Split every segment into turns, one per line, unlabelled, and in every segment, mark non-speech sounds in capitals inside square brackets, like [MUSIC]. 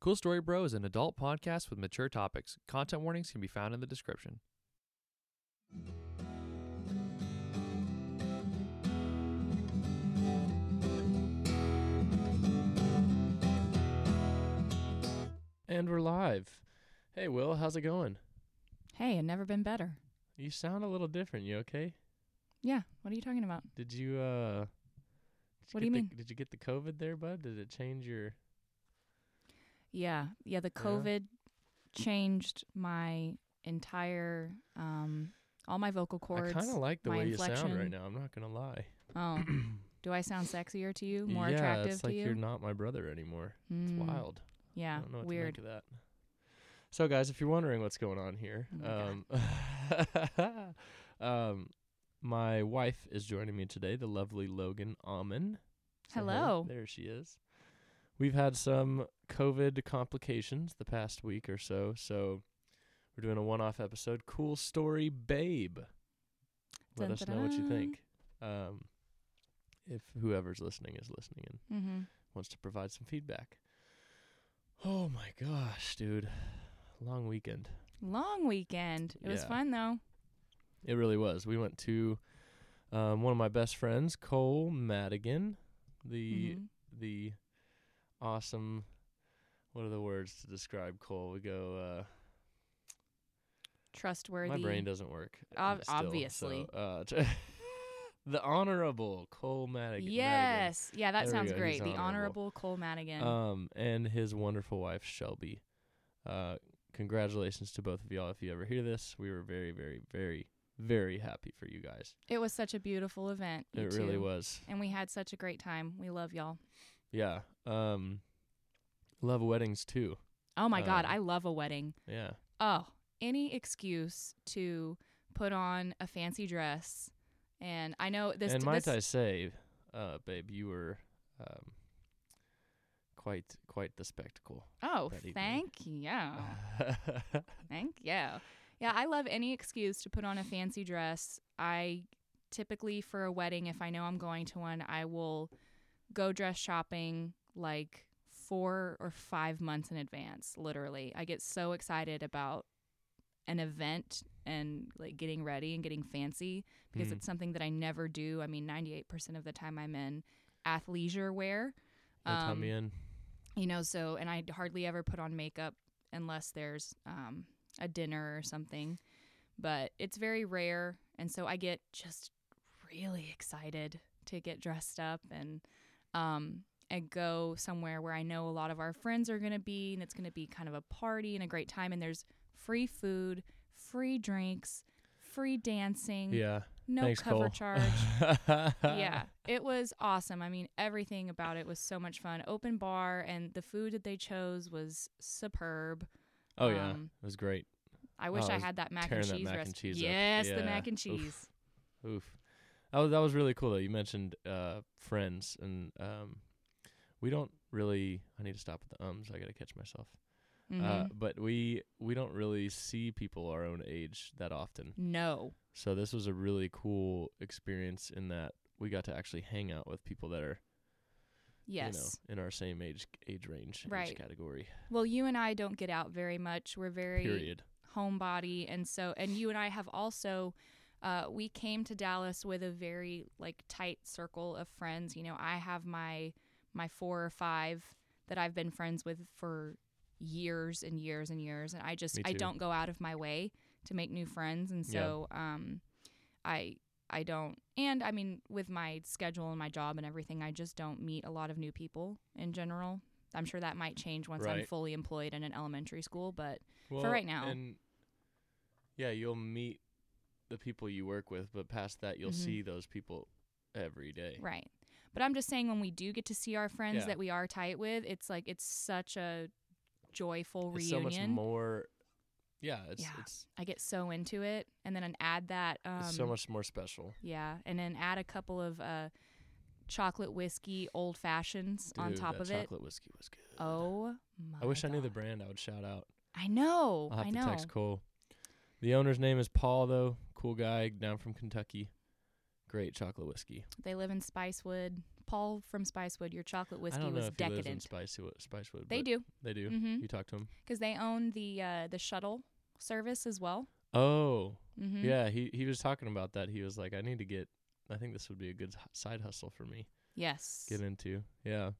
Cool Story Bro is an adult podcast with mature topics. Content warnings can be found in the description. And we're live. Hey, Will, how's it going?
Hey, I've never been better.
You sound a little different. You okay?
Yeah, what are you talking about?
Did you uh? did
What do
get
you
the-
mean?
Did you get the COVID there, bud? Did it change your?
Yeah, yeah, the COVID changed my entire um all my vocal cords.
I kind of like the
my
way you sound right
inflection.
now. I'm not gonna lie. [CLEARS THROAT]
oh. Do I sound sexier to you? More
yeah,
attractive
it's like
to you?
you're not my brother anymore. It's
Mm,
wild. I
Yeah,
don't know what
weird.
to make of that. So, guys, if you're wondering what's going on here,
Oh
um, [LAUGHS] um, my wife is joining me today, the lovely Logan Alman. Say hello.
Hello.
There she is. We've had some COVID complications the past week or so, so we're doing a one-off episode, Cool Story Babe. Let
Dun,
us
dun,
know what you
dun.
think. Um, if whoever's listening is listening and
Mm-hmm.
wants to provide some feedback. Oh my gosh, dude. Long weekend.
Long weekend. It was
Yeah.
fun though.
It really was. We went to um, one of my best friends, Cole Madigan, the
Mhm.
the awesome what are the words to describe Cole? We go uh
Trustworthy.
my brain doesn't work.
Ob-
uh, still,
obviously.
So, uh, [LAUGHS] t- the honorable Cole Madig- Madigan.
Yes. Yeah, that
There we
sounds
go, he's
great. The
honorable.
honorable Cole Madigan.
Um, and his wonderful wife Shelby. Uh, congratulations to both of y'all. If you ever hear this, we were very, very, very, very happy for you guys.
it was such a beautiful event. you
it really
two.
was.
And we had such a great time. We love y'all.
Yeah. Um, love weddings too.
Oh my god,
Um,
I love a wedding.
Yeah.
oh, any excuse to put on a fancy dress. And I know this.
and might
this
I say, uh, babe, you were um, quite quite the spectacle.
oh,
that evening.
thank you,
[LAUGHS]
thank you. Yeah, I love any excuse to put on a fancy dress. I typically for a wedding, if I know I'm going to one, I will go dress shopping like four or five months in advance. Literally, I get so excited about an event and like getting ready and getting fancy. because
Mm.
it's something that I never do. I mean, 98% of the time I'm in athleisure wear,
You'll tell
um,
me in.
you know, so, and I hardly ever put on makeup unless there's um, a dinner or something, but it's very rare. And so I get just really excited to get dressed up and, um, and go somewhere where I know a lot of our friends are going to be and it's going to be kind of a party and a great time. And there's free food, free drinks, free dancing
Yeah. [LAUGHS]
no
Thanks,
cover
Cole.
charge.
[LAUGHS]
yeah, it was awesome. I mean, everything about it was so much fun. Open bar and the food that they chose was superb.
Oh yeah.
Um,
it was great.
I wish
Oh, I
I,
was
had that mac and
tearing
cheese
that mac and
recipe.
cheese up.
yes,
Yeah.
the mac and
[LAUGHS] Oof.
cheese.
Oof. That was, that was really cool though. You mentioned uh, friends and um, we don't really. I need to stop with the ums. I gotta catch myself. Uh,
Mhm.
but we we don't really see people our own age that often.
no.
So this was a really cool experience in that we got to actually hang out with people that are
Yes.
you know in our same age age range age
Right.
category.
Well, you and I don't get out very much. We're very
Period.
homebody and so and you and i have also uh, we came to dallas with a very like tight circle of friends you know i have my my four or five that i've been friends with for years and years and years and i just
Me
i
too.
don't go out of my way to make new friends and
Yeah.
so um i i don't and i mean with my schedule and my job and everything i just don't meet a lot of new people in general i'm sure that might change once i'm
Right.
fully employed in an elementary school but right now.
And yeah, you'll meet the people you work with, but past that, you'll
Mhm.
see those people every day.
Right. But I'm just saying when we do get to see our friends
Yeah.
that we are tight with, it's like it's such a joyful
It's so
reunion.
much more. Yeah, it's
Yeah.
it's,
I get so into it and then I'd add that um
it's so much more special.
yeah, and then add a couple of uh chocolate whiskey old fashions on
Dude,
top
that
of it.
chocolate whiskey was good.
Oh my
I wish I knew the
God.
brand. I would shout out.
I know.
I'll have
I
to
know.
text Cole. The owner's name is Paul, though. Cool guy down from Kentucky. Great chocolate whiskey.
They live in Spicewood, Paul from Spicewood, your chocolate
I
whiskey
don't know
was
if he lives
decadent.
in Spicewood. Spicewood
They
but
do
They do.
Mhm.
You talk to him.
because they own the uh, the shuttle service as well.
Oh,
Mm-hmm.
yeah. He he was talking about that. He was like, I need to get. I think this would be a good h- side hustle for me.
Yes.
Get into. Yeah.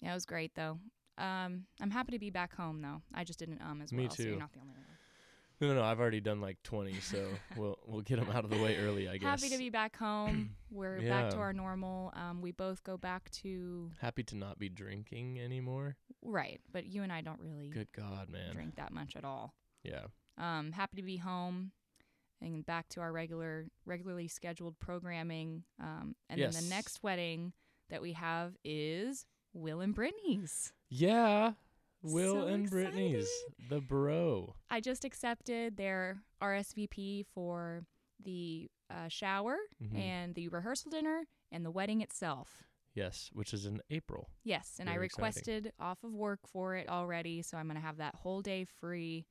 Yeah, it was great though. Um, I'm happy to be back home though. I just didn't um as
Me
well. So
too.
you're not the only one.
No, no, no. I've already done like 20,
[LAUGHS]
so we'll we'll get them out of the way early. I guess.
Happy to be back
[CLEARS THROAT]
home. We're back to
Yeah.
our normal. Um, we both go back to
Happy to not be drinking anymore.
right, but you and I don't really
Good God, man.
drink that much at all.
Yeah.
Um, happy to be home and back to our regular regularly scheduled programming. Um, and then
Yes.
the next wedding that we have is Will and Brittany's.
Yeah. Will
So
and Brittany's the bro.
I just accepted their RSVP for the uh, shower
Mhm.
and the rehearsal dinner and the wedding itself.
Yes, which is in April.
Yes, and I
Very exciting.
requested off of work for it already, so I'm going to have that whole day free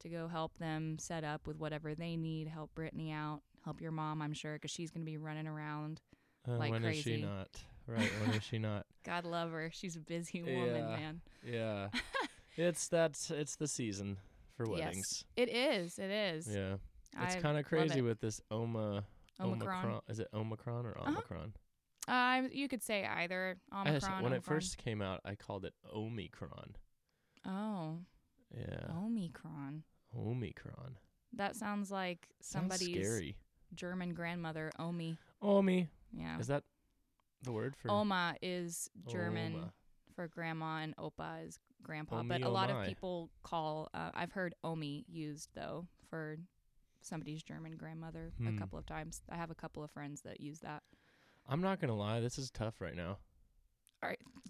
to go help them set up with whatever they need, help Brittany out, help your mom, I'm sure, because she's going to be running around.
Uh,
Like
when is she
crazy.
not? Right. When is
[LAUGHS]
she not?
God love her. She's a busy woman,
Yeah.
man. [LAUGHS]
Yeah. it's that's it's the season for
Yes.
weddings.
It is. It is.
Yeah. It's
I-
kind of crazy
it.
with this Oma
Omicron. Uh-huh.
Is it Omicron or Omicron?
Uh, you could say either
I
Omicron.
just- when
Omicron.
it first came out, I called it Omicron.
Oh,
Yeah.
Omicron.
Omicron.
That sounds like
Sounds
somebody's
scary.
German grandmother, Omi.
Omi.
Yeah.
Is that the word for
Oma is German
Oma.
for grandma, and Opa is grandpa.
Omi,
but a lot
omai.
of people call, uh, I've heard Omi used though for somebody's German grandmother
Hmm.
a couple of times. I have a couple of friends that use that.
I'm not gonna lie, this is tough right now.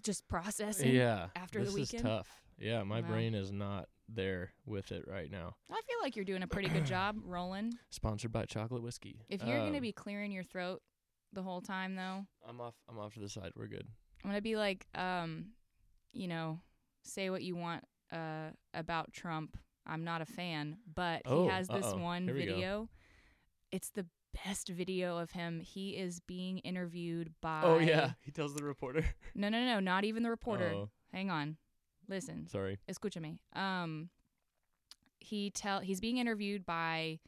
Just processing.
yeah.
after the
this is
weekend?
tough. Yeah, my
Wow.
brain is not there with it right now.
I feel like you're doing a pretty good
[CLEARS THROAT]
job rolling.
Sponsored by chocolate whiskey.
If you're going to
Um,
be clearing your throat the whole time though,
I'm off I'm off to the side, we're good.
I'm gonna be like, um, you know, say what you want uh, about Trump. I'm not a fan, but
Oh,
he has this
uh-oh.
one
Here we go.
video. It's the best video of him. He is being interviewed by.
Oh yeah. [LAUGHS] He tells the reporter.
No, no, no, not even the reporter.
Oh,
Hang on, listen,
sorry.
escúchame. Um, he tell he's being interviewed by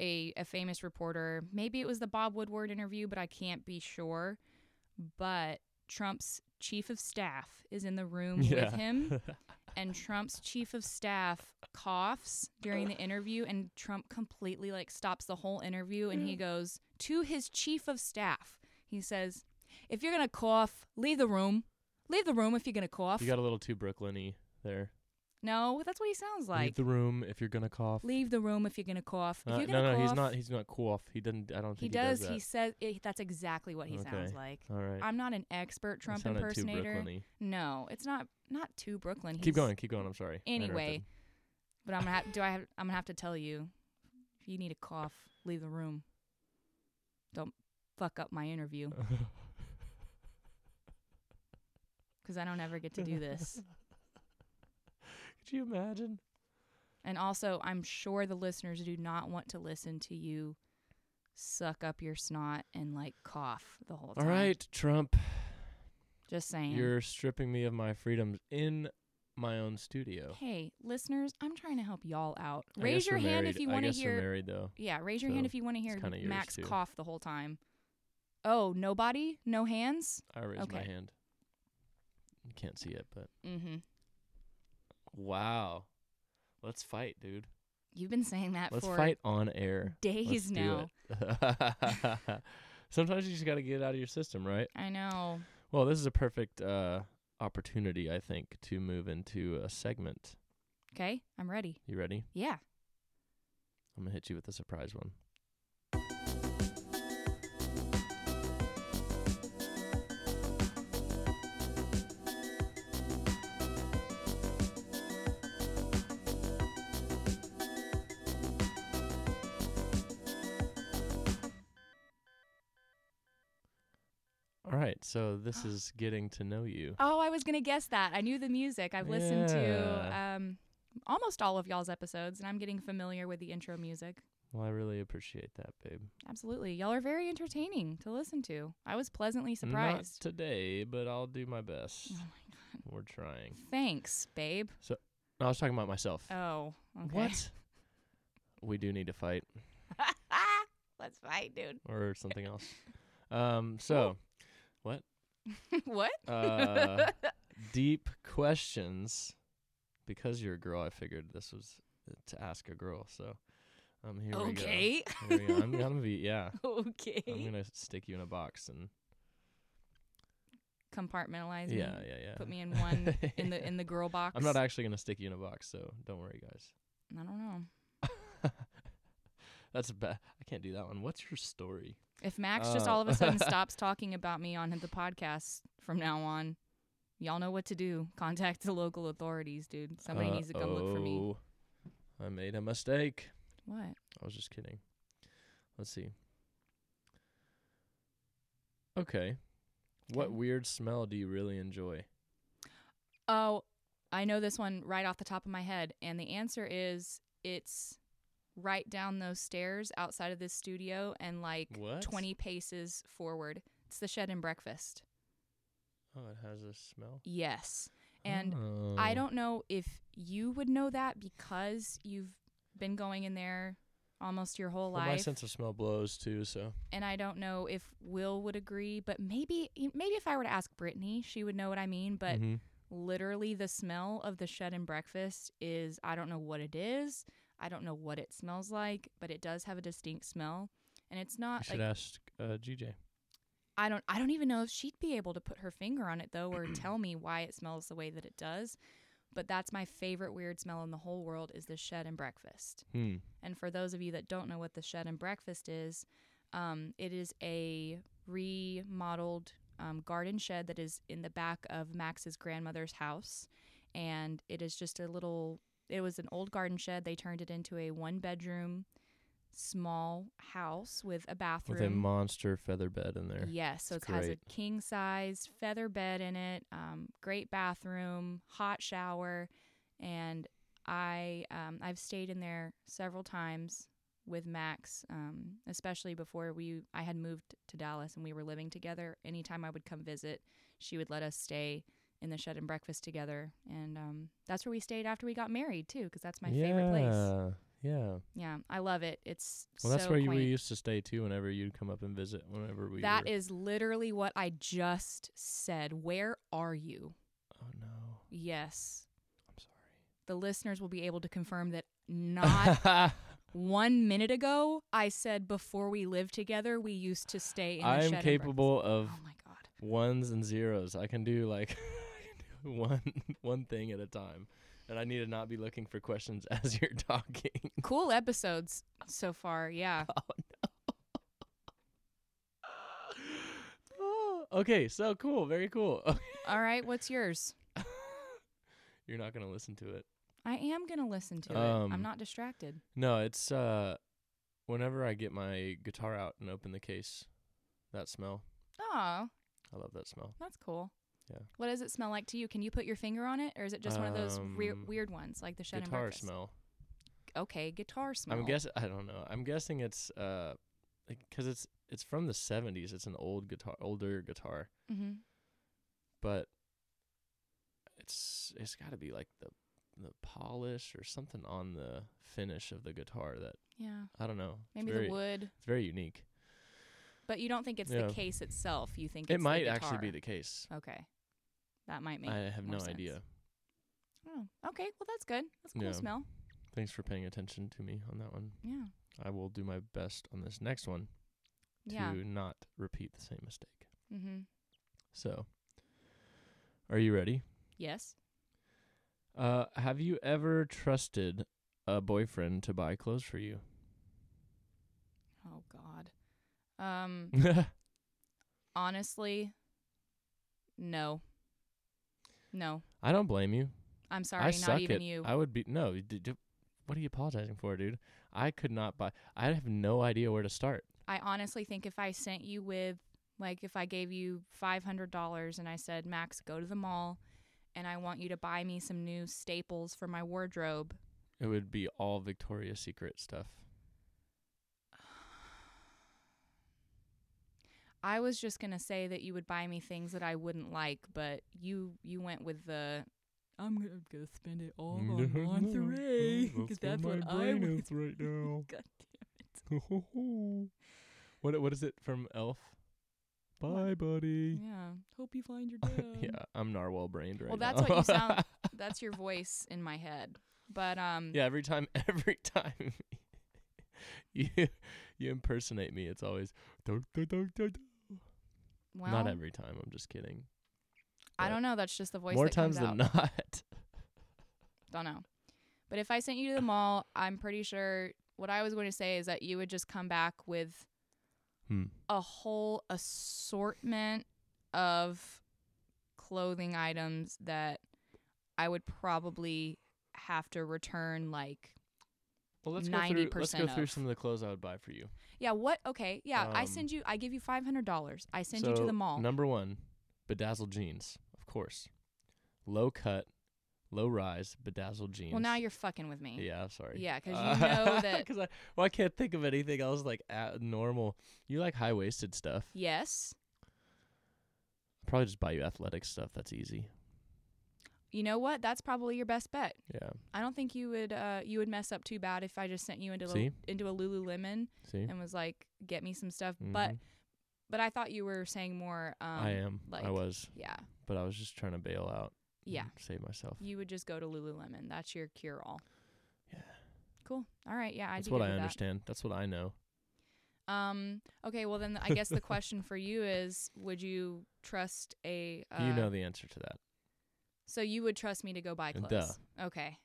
a a famous reporter. Maybe it was the Bob Woodward interview, but I can't be sure. But Trump's chief of staff is in the room with
[LAUGHS] Yeah.
him, and Trump's chief of staff coughs during the interview, and Trump completely like stops the whole interview, and he goes to his chief of staff. He says, "If you're gonna cough, leave the room. Leave the room if you're gonna cough."
You got a little too Brooklyny there.
no, that's what he sounds
Leave
like.
the room if you're gonna cough.
Leave the room if you're gonna cough. If
Uh,
you're
no,
gonna
no,
cough,
he's not. He's not cough. He doesn't. I don't think
He
he,
does.
that.
he says it, that's exactly what he sounds
Okay.
like.
All right.
I'm not an expert
That
Trump
sounded too
impersonator.
Brooklyn-y.
No, it's not not too Brooklyn.
Keep
He's-
going. Keep going. I'm sorry. I
Anyway,
interrupted.
But I'm gonna have, do I have I'm gonna have to tell you if you need a cough, leave the room. Don't fuck up my
[LAUGHS]
interview because I don't ever get to do this.
Could you imagine?
And also, I'm sure the listeners do not want to listen to you suck up your snot and like cough the whole
All
time.
right, Trump,
Just saying.
you're stripping me of my freedoms in my own studio.
hey, listeners, I'm trying to help y'all out.
I
Raise
guess
your
we're
hand
married.
if you
I
want to
guess we're
hear
married though.
Yeah, raise your hand
So,
if you want to hear
kinda yours,
Max
too.
cough the whole time. Oh, nobody? No hands?
I raised my
Okay.
hand. You can't see it, but
Mm-hmm.
wow, let's fight, dude.
You've been saying that
Let's
for
fight on air.
days
Let's do
now.
it. [LAUGHS] Sometimes you just got to get it out of your system, right?
I know.
Well, this is a perfect uh, opportunity, I think, to move into a segment.
Okay, I'm ready.
You ready?
Yeah.
I'm gonna hit you with a surprise one. All right, so
Ah.
this is getting to know you.
Oh, I was gonna guess that. I knew the music. I've listened to
Yeah.
um, almost all of y'all's episodes, and I'm getting familiar with the intro music.
Well, I really appreciate that, babe.
Absolutely. Y'all are very entertaining to listen to. I was pleasantly
Not
surprised.
today, but I'll do my best.
oh my god.
We're trying.
Thanks, babe.
No, I was talking about myself.
Oh, okay. [LAUGHS]
What? We do need to fight
Ah, Let's fight, dude. [LAUGHS]
or something else. Um, so,
what? [LAUGHS]
uh, deep questions. Because you're a girl, I figured this was uh, to ask a girl. So, um, here we
okay. [LAUGHS]
go. Here we go. I'm gonna be yeah.
okay.
I'm gonna stick you in a box and
Compartmentalize me.
yeah, yeah, yeah.
Put me in one in the in the girl box.
[LAUGHS] I'm not actually gonna stick you in a box, so don't worry, guys.
I don't know.
That's a bad. I can't do that one. What's your story?
If Max just
Oh.
all of a
[LAUGHS]
sudden stops talking about me on the podcast from now on, y'all know what to do. Contact the local authorities, dude. Somebody needs to come look for me.
Uh-oh. Uh, oh, I made a mistake.
What?
I was just kidding. Let's see. Okay. What
Okay.
weird smell do you really enjoy?
Oh, I know this one right off the top of my head, and the answer is it's right down those stairs outside of this studio and like
What?
20 paces forward. It's the shed and breakfast.
Oh, it has a smell.
Yes. And
Oh.
I don't know if you would know that because you've been going in there almost your whole
Well, my
life.
sense of smell blows too, so
and I don't know if Will would agree, but maybe e, maybe if I were to ask Brittany, she would know what I mean. But
Mhm.
literally, the smell of the shed and breakfast is I don't know what it is. I don't know what it smells like, but it does have a distinct smell, and it's
I
not
should
like
ask uh, GJ.
I don't I don't even know if she'd be able to put her finger on it though, or tell me why it smells the way that it does. But that's my favorite weird smell in the whole world is the shed and breakfast.
Hmm.
And for those of you that don't know what the shed and breakfast is, um, it is a remodeled um, garden shed that is in the back of Max's grandmother's house. And it is just a little, it was an old garden shed. They turned it into a one bedroom, small house with a bathroom.
With a monster feather bed in there.
Yes, so
It's
it has a
great.
king sized feather bed in it, um, great bathroom, hot shower, and I um, I've stayed in there several times with Max, um, especially before we I had moved to Dallas and we were living together. Anytime I would come visit, she would let us stay in the shed and breakfast together, and um, that's where we stayed after we got married too, because that's my favorite place.
Yeah. Yeah.
Yeah, I love it. It's
Well, that's
so
where you,
quaint.
we used to stay too. Whenever you'd come up and visit, whenever we
That
were.
is literally what I just said. Where are you?
oh no,
Yes.
I'm sorry.
The listeners will be able to confirm that
[LAUGHS]
not one minute ago, I said before we lived together, we used to stay in the shed
I'm
and
capable of
breakfast. Oh my God.
ones and zeros. I can do like [LAUGHS] I can do one one thing at a time, and I need to not be looking for questions [LAUGHS] as you're talking. [LAUGHS]
Cool episodes so far. Yeah.
Oh, okay, so cool, very cool. [LAUGHS]
All right. What's yours?
you're not gonna listen to it.
I am going to listen to it.
Um,
I'm not distracted.
No, it's uh, whenever I get my guitar out and open the case, that smell.
Oh,
I love that smell.
that's cool.
Yeah.
What does it smell like to you? Can you put your finger on it, or is it just one of those re-
Um,
weird ones like the shed and
guitar
breakfast?
smell.
Okay, guitar smell.
I'm guess I don't know. I'm guessing it's uh, because it's it's from the 70s. It's an old guitar, older guitar,
Mm-hmm.
but it's it's got to be like the the polish or something on the finish of the guitar that
Yeah,
I don't know. It's
maybe
very,
the wood,
It's very unique.
but you don't think it's
Yeah.
the case itself. You think
it
it's
might
the
actually be
guitar.
the case.
Okay, that might make.
I have
more
no
sense.
idea.
Oh, okay. Well, that's good. That's a cool
Yeah.
smell.
Thanks for paying attention to me on that one.
Yeah,
I will do my best on this next one
yeah.
to not repeat the same mistake.
Mm-hmm.
So, are you ready?
Yes.
Uh, have you ever trusted a boyfriend to buy clothes for you? [LAUGHS]
Oh God. Um. honestly, no. No,
I don't blame you.
I'm sorry.
I
not
suck
even
at-
you.
I would be no. d- d- What are you apologizing for, dude? I could not buy. I have no idea where to start.
I honestly think if I sent you with, like, if I gave you $500 and I said, Max, go to the mall and I want you to buy me some new staples for my wardrobe,
It would be all Victoria's Secret stuff.
I was just gonna say that you would buy me things that I wouldn't like, but you you went with
[LAUGHS]
the I'm gonna, gonna spend it all
Oh,
on lingerie because that's what I would.
right now.
[LAUGHS] God damn
[LAUGHS] what what is it from Elf? Bye,
What?
buddy.
it! Yeah, hope you find your dad.
Yeah, I'm narwhal brained right
Well,
now.
that's what
[LAUGHS]
you sound. that's your voice in my head. But um,
yeah, every time, [LAUGHS] every time [LAUGHS] you you impersonate me, it's always "Dun, dun, dun, dun, dun."
well,
not every time. I'm just kidding.
I
but
don't know. That's just the voice.
More
that
times
comes
than
out.
not. [LAUGHS]
Don't know. But if I sent you to the mall, I'm pretty sure what I was going to say is that you would just come back with
hmm.
a whole assortment of clothing items that I would probably have to return like
Well, let's go through. Let's go
90%
through
of.
some of the clothes I would buy for you.
yeah what okay yeah I
Um,
send you I give you five hundred dollars I send you to
So,
the mall
Number one, bedazzled jeans, of course. Low cut, low rise, bedazzled jeans.
well now you're fucking with me
Yeah, I'm sorry. Uh,
Yeah, 'cause you know that-
[LAUGHS] 'Cause I, well, I can't think of anything else like at normal. You like high waisted stuff.
yes
I'll probably just buy you athletic stuff. That's easy.
you know what that's probably your best bet
Yeah.
I don't think you would uh you would mess up too bad if I just sent you into
See?
a, into a Lululemon
See.
and was like get me some stuff but
Mhm.
but I thought you were saying more um
I am. Mm-hmm. I
like-
was,
yeah
but I was just trying to bail out. and
yeah
Save myself.
you would just go to Lululemon. That's your cure all.
Yeah.
Cool. All right. Yeah, I'd
That's
be
what
good
I
with
understand. That's what I know.
That. Um. Okay. Well, then I guess
[LAUGHS]
the question for you is: Would you trust a? Uh,
you know the answer to that.
So you would trust me to go buy
Duh.
clothes? Okay.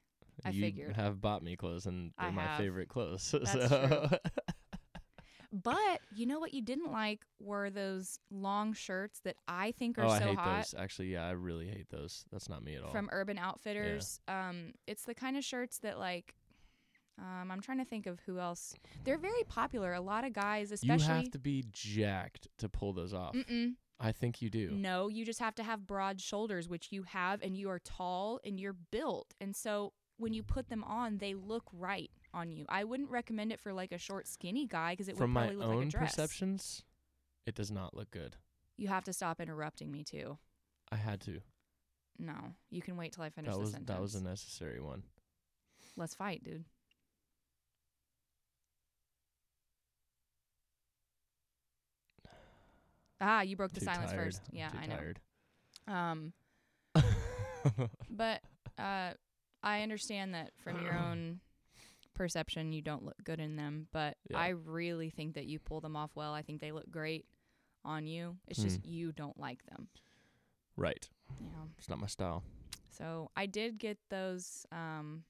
I
you
figured.
have bought me clothes, and
I
they're my
have.
favorite clothes. [LAUGHS]
That's
so.
But you know what you didn't like were those long shirts that I think are
oh,
so
I hate
hot.
those. Actually, yeah, I really hate those. That's not me at all.
from Urban Outfitters. Um, it's the kind of shirts that like, um, I'm trying to think of who else. They're very popular. A lot of guys,
you
especially.
have to be jacked to pull those off.
Mm-mm.
I think you do.
No, you just have to have broad shoulders, which you have, and you are tall and you're built. And so when you put them on, they look right on you. I wouldn't recommend it for like a short, skinny guy because it
From
would
my
probably look
own
like a dress.
perceptions, it does not look good.
You have to stop interrupting me too.
I had to.
No, you can wait till I finish
That
the
was
sentence.
that was a necessary one.
Let's fight, dude. Ah, you broke the
Too
silence
tired.
first.
I'm
Yeah,
too
I know.
tired.
Um, but uh, I understand that from your
[CLEARS THROAT]
own perception, you don't look good in them. But
Yeah.
I really think that you pull them off well. I think they look great on you. It's just you don't like them.
Hmm. right.
You know.
It's not my style.
So I did get those. Um,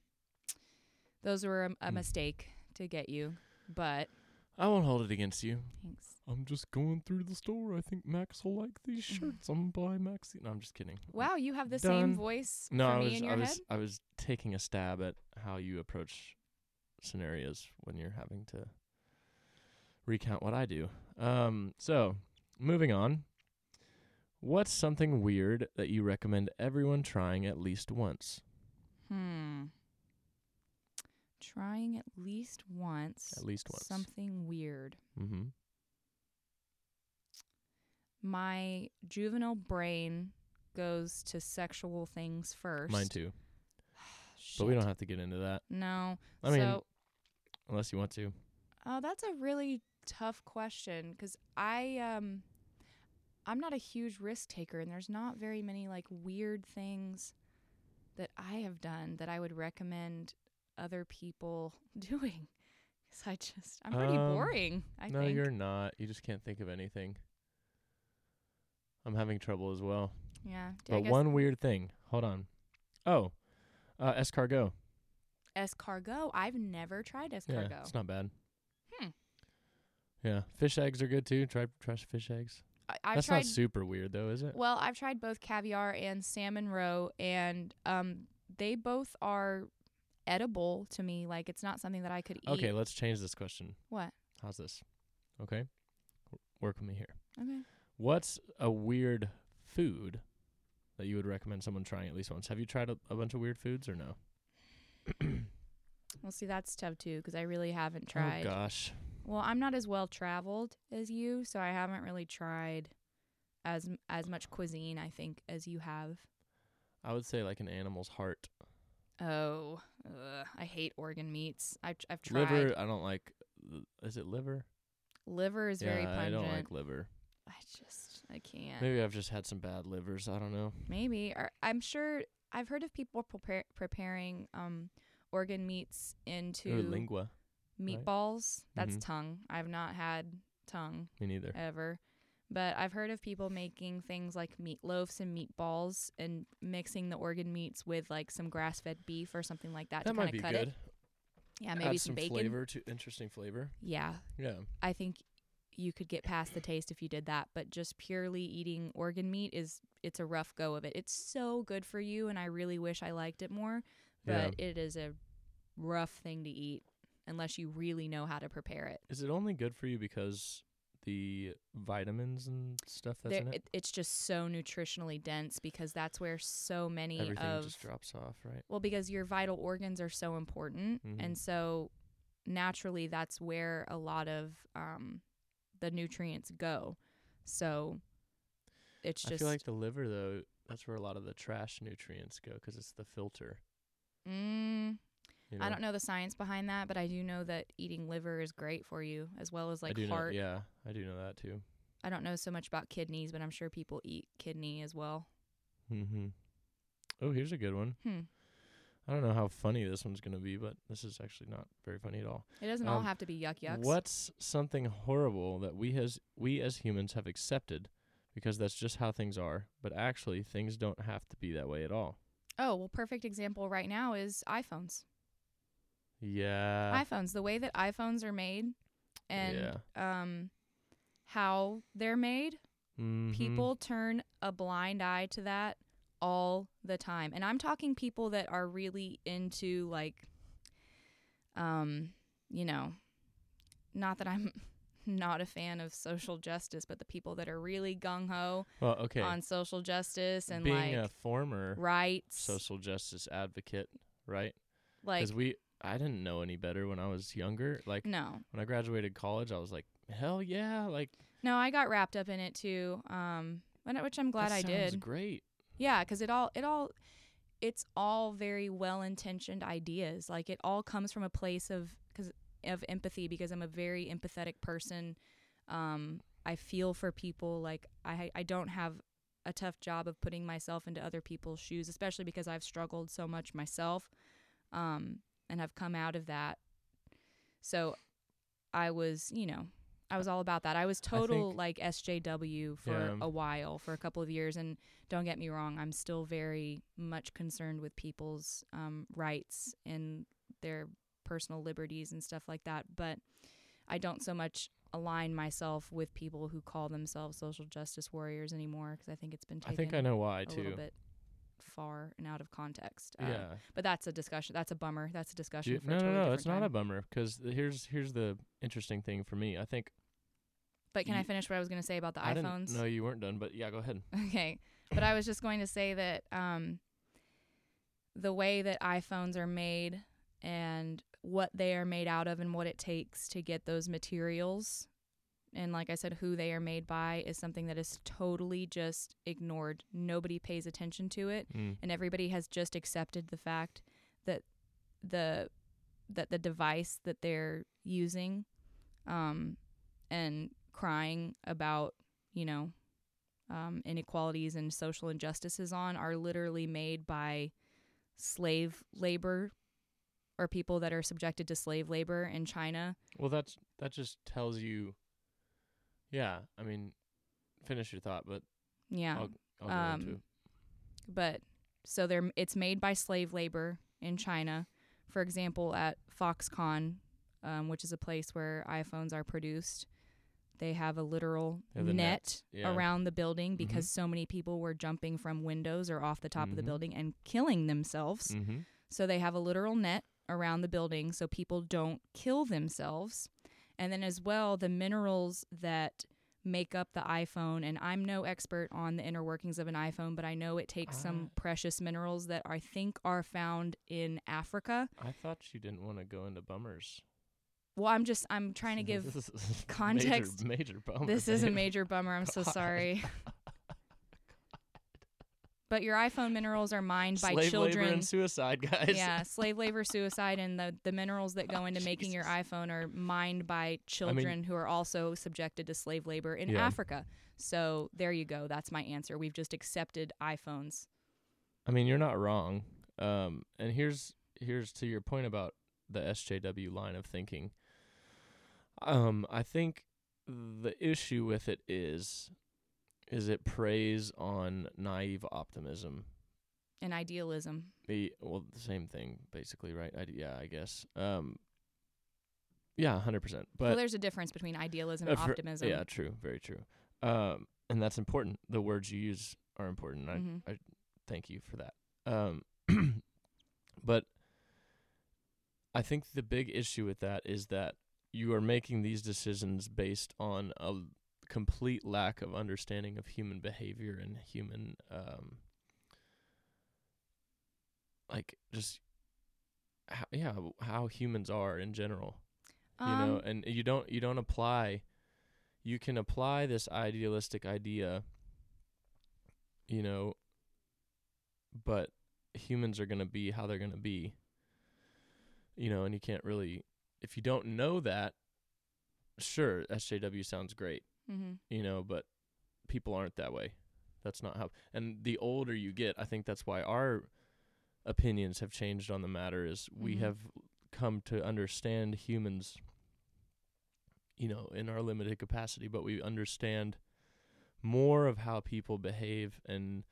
those were a, a
Mm.
mistake to get you, but
I won't hold it against you.
thanks.
I'm just going through the store. I think Max will like these shirts. I'm buying Max. the-" No, I'm just kidding.
Mm-hmm. Wow, you have the
Done.
same voice
No,
for
I
me
was
in
I
your
was
head.
I was taking a stab at how you approach scenarios when you're having to recount what I do. Um so, moving on. What's something weird that you recommend everyone trying at least once?
Hmm. Trying at least once.
At least once.
Something weird.
mhm.
My juvenile brain goes to sexual things first.
Mine too. But we
Shit.
don't have to get into that
No.
I mean-
so,
unless you want to.
oh, that's a really tough question because I um, I'm not a huge risk taker, and there's not very many like weird things that I have done that I would recommend other people [LAUGHS] doing. Cause I just I'm pretty
Um,
boring. I
no,
think.
you're not. You just can't think of anything. I'm having trouble as well.
yeah. do I
But
guess
one weird thing. Hold on. Oh, uh, escargot.
escargot. I've never tried
Yeah,
escargot.
it's not bad.
Hmm.
Yeah, fish eggs are good too. Try try s- fish eggs.
I, I've
That's
tried
not super weird though, is it?
Well, I've tried both caviar and salmon roe, and um, they both are edible to me. Like it's not something that I could eat.
Okay, let's change this question.
What?
How's this? Okay, W- work with me here.
Okay.
What's a weird food that you would recommend someone trying at least once? Have you tried a, a bunch of weird foods or no?
Well, see, that's tough too because I really haven't tried.
Oh gosh,
Well, I'm not as well traveled as you, so I haven't really tried as m- as much cuisine I think as you have.
I would say like an animal's heart.
Oh, ugh, I hate organ meats. I've I've tried.
Liver, I don't like. l- Is it liver?
Liver is
yeah,
very
I
pungent.
don't like liver.
I just I can't.
Maybe I've just had some bad livers. I don't know.
Maybe. Or I'm sure I've heard of people prepare, preparing um organ meats into
Ooh, lingua. right?
meatballs. That's
Mhm.
tongue. I've not had tongue
Me neither.
ever. But I've heard of people making things like meatloafs and meatballs and mixing the organ meats with like some grass fed beef or something like that,
that
to
might
kind
be
of cut
good.
it. Yeah, maybe
Add
some,
some
bacon.
flavor to interesting flavor.
Yeah.
Yeah.
I think you could get past the taste if you did that, but just purely eating organ meat is it's a rough go of it. It's so good for you and I really wish I liked it more,
yeah.
but it is a rough thing to eat unless you really know how to prepare it.
Is it only good for you because the vitamins and stuff that's
There-
in it?
it- It's just so nutritionally dense because that's where so many
Everything
of
just drops off, right?
well because your vital organs are so important
Mhm.
and so naturally that's where a lot of um, the nutrients go so it's
I
just
feel like the liver though, that's where a lot of the trash nutrients go because it's the filter.
mm,
You
i don't know the science behind that but i do know that eating liver is great for you as well as
I
like
do
heart
Know, yeah, I do know that too.
i don't know so much about kidneys but i'm sure people eat kidney as well
Mm-hmm. Oh, here's a good one.
hmm.
I don't know how funny this one's gonna be, but this is actually not very funny at all.
it doesn't all
Um,
have to be yuck yucks
What's something horrible that we as we as humans have accepted because that's just how things are, but actually things don't have to be that way at all.
oh well perfect example right now is iphones
Yeah.
iPhones, the way that iPhones are made and um how they're made,
Mhm.
people turn a blind eye to that all the time. And I'm talking people that are really into like um, you know, not that I'm [LAUGHS] not a fan of social justice, but the people that are really gung ho
Well, okay.
on social justice and
Being a
like
former
rights.
social justice advocate, right?
like
Because we, I didn't know any better when I was younger. Like
no.
when I graduated college, I was like, hell yeah! Like
No, I got wrapped up in it too. Um and- which I'm glad
that
I
sounds
did.
Great.
Yeah, because it all it all it's all very well intentioned ideas. Like it all comes from a place of because of empathy. Because I'm a very empathetic person. Um, I feel for people. Like I I don't have a tough job of putting myself into other people's shoes, especially because I've struggled so much myself, um, and have come out of that. So I was, you know. I was all about that. I was total
think-
like SJW for
Yeah.
a while, for a couple of years, and don't get me wrong, I'm still very much concerned with people's um, rights and their personal liberties and stuff like that. But I don't so much align myself with people who call themselves social justice warriors anymore because I think it's been taken
I think I know why
a
too.
little bit far and out of context. Uh,
Yeah.
But that's a discussion. That's a bummer. That's a discussion.
Ju-
for a
no, no,
totally
no.
different
It's not a
time.
bummer because here's here's the interesting thing for me. I think
But can I
you-
finish what I was going to say about the
I
iPhones?
didn't. No, you weren't done. But yeah, go ahead.
[LAUGHS] Okay. But I was just going to say that um, the way that iPhones are made and what they are made out of and what it takes to get those materials and like I said who they are made by is something that is totally just ignored. Nobody pays attention to it
Mm.
and everybody has just accepted the fact that the that the device that they're using um, and crying about you know um, inequalities and social injustices on are literally made by slave labor or people that are subjected to slave labor in China.
Well, that's that just tells you. Yeah, I mean, finish your thought, but
Yeah.
I'll go into it.
Um, but so they're it's made by slave labor in China. For example, at Foxconn, um, which is a place where iPhones are produced, they have a literal
They have the
net,
nets, yeah. Mm-hmm.
around the building because so many people were jumping from windows or off the top of the
Mhm.
building and killing themselves.
Mm-hmm.
So they have a literal net around the building so people don't kill themselves. And then, as well, the minerals that make up the iPhone. And I'm no expert on the inner workings of an iPhone, but I know it takes some
Ah.
precious minerals that I think are found in Africa.
I thought you didn't want to go into bummers.
Well, I'm just I'm trying to give
[LAUGHS] This is a
context.
Major, major bummer.
this is a
babe.
major bummer. I'm so
God.
sorry. But your iPhone minerals are mined by
[LAUGHS] Slave labor
children.
and suicide, guys.
Yeah, slave labor, suicide, and the, the minerals that go
Oh,
into making your
Jesus.
iPhone are mined by children who are also subjected to slave labor in
Yeah.
Africa. So there you go. That's my answer. We've just accepted iPhones.
I mean, you're not wrong. Um, and here's here's to your point about the SJW line of thinking. Um, I think the issue with it is, is it preys on naive optimism.
and idealism.
The well, the same thing basically, right? I d yeah, I guess. Um, yeah, hundred percent.
well,
But
there's a difference between idealism
Uh,
and
for-
optimism.
Yeah, true, very true. Um, and that's important. The words you use are important. and
Mhm.
I, I thank you for that. Um, [CLEARS THROAT] but I think the big issue with that is that you are making these decisions based on a l- complete lack of understanding of human behavior and human, um, like just how, yeah, w- how humans are in general you
Um,
know and you don't you don't apply you can apply this idealistic idea you know but humans are going to be how they're going to be you know and you can't really if you don't know that sure sjw sounds great
mhm.
you know but people aren't that way that's not how and the older you get i think that's why our opinions have changed on the matter is we
Mhm.
have come to understand humans you know in our limited capacity but we understand more of how people behave and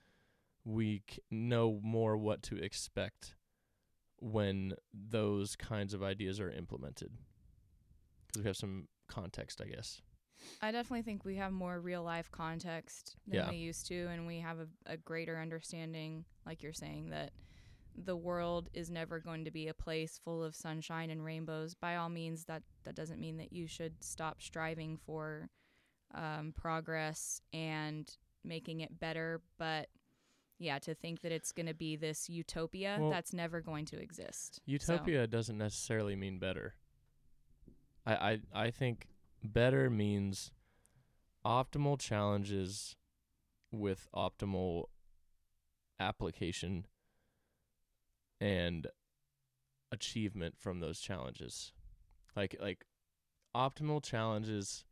we c- know more what to expect when those kinds of ideas are implemented because we have some context i guess
I definitely think we have more real life context than
Yeah.
we used to, and we have a, a greater understanding, like you're saying, that the world is never going to be a place full of sunshine and rainbows. By all means, that that doesn't mean that you should stop striving for um, progress and making it better, but yeah, to think that it's going to be this utopia
Well,
that's never going to exist. So-
Utopia doesn't necessarily mean better. I, I I think better means optimal challenges with optimal application and achievement from those challenges. Like like optimal challenges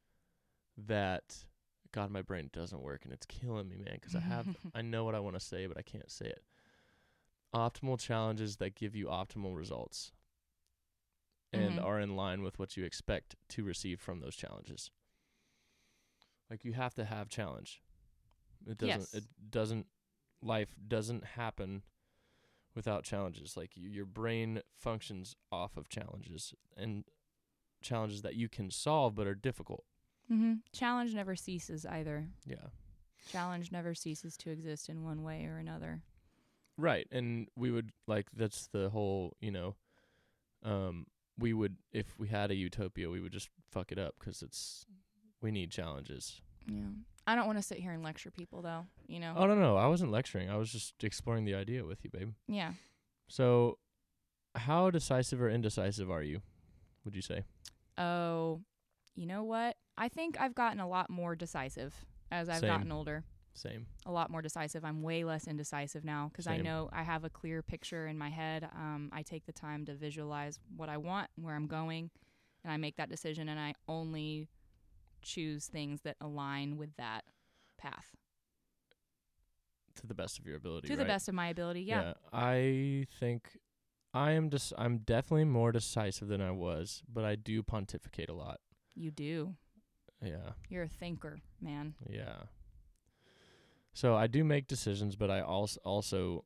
that God my brain doesn't work and it's killing me man because I have I know what I want to say but I can't say it optimal challenges that give you optimal results and
Mhm.
are in line with what you expect to receive from those challenges. Like you have to have challenge. It doesn't
Yes.
it doesn't life doesn't happen without challenges. Like you, your brain functions off of challenges and challenges that you can solve but are difficult.
Mm-hmm. Challenge never ceases either.
Yeah.
Challenge never ceases to exist in one way or another.
Right. And we would like that's the whole, you know, um we would if we had a utopia, we would just fuck it up 'cause it's we need challenges.
Yeah. I don't want to sit here and lecture people though, you know.
Oh no, no, I wasn't lecturing. I was just exploring the idea with you, babe.
Yeah.
So, how decisive or indecisive are you? Would you say?
Oh, you know what? I think I've gotten a lot more decisive as I've
Same.
gotten older.
Same.
A lot more decisive. I'm way less indecisive now because I
Same.
know I have a clear picture in my head. Um, I take the time to visualize what I want, where I'm going, and I make that decision. And I only choose things that align with that path.
To the best of your ability.
to the
right?
best of my ability. Yeah.
I think I am just I'm definitely more decisive than I was, but I do pontificate a lot.
you do.
Yeah.
You're a thinker, man.
Yeah. So I do make decisions, but I also also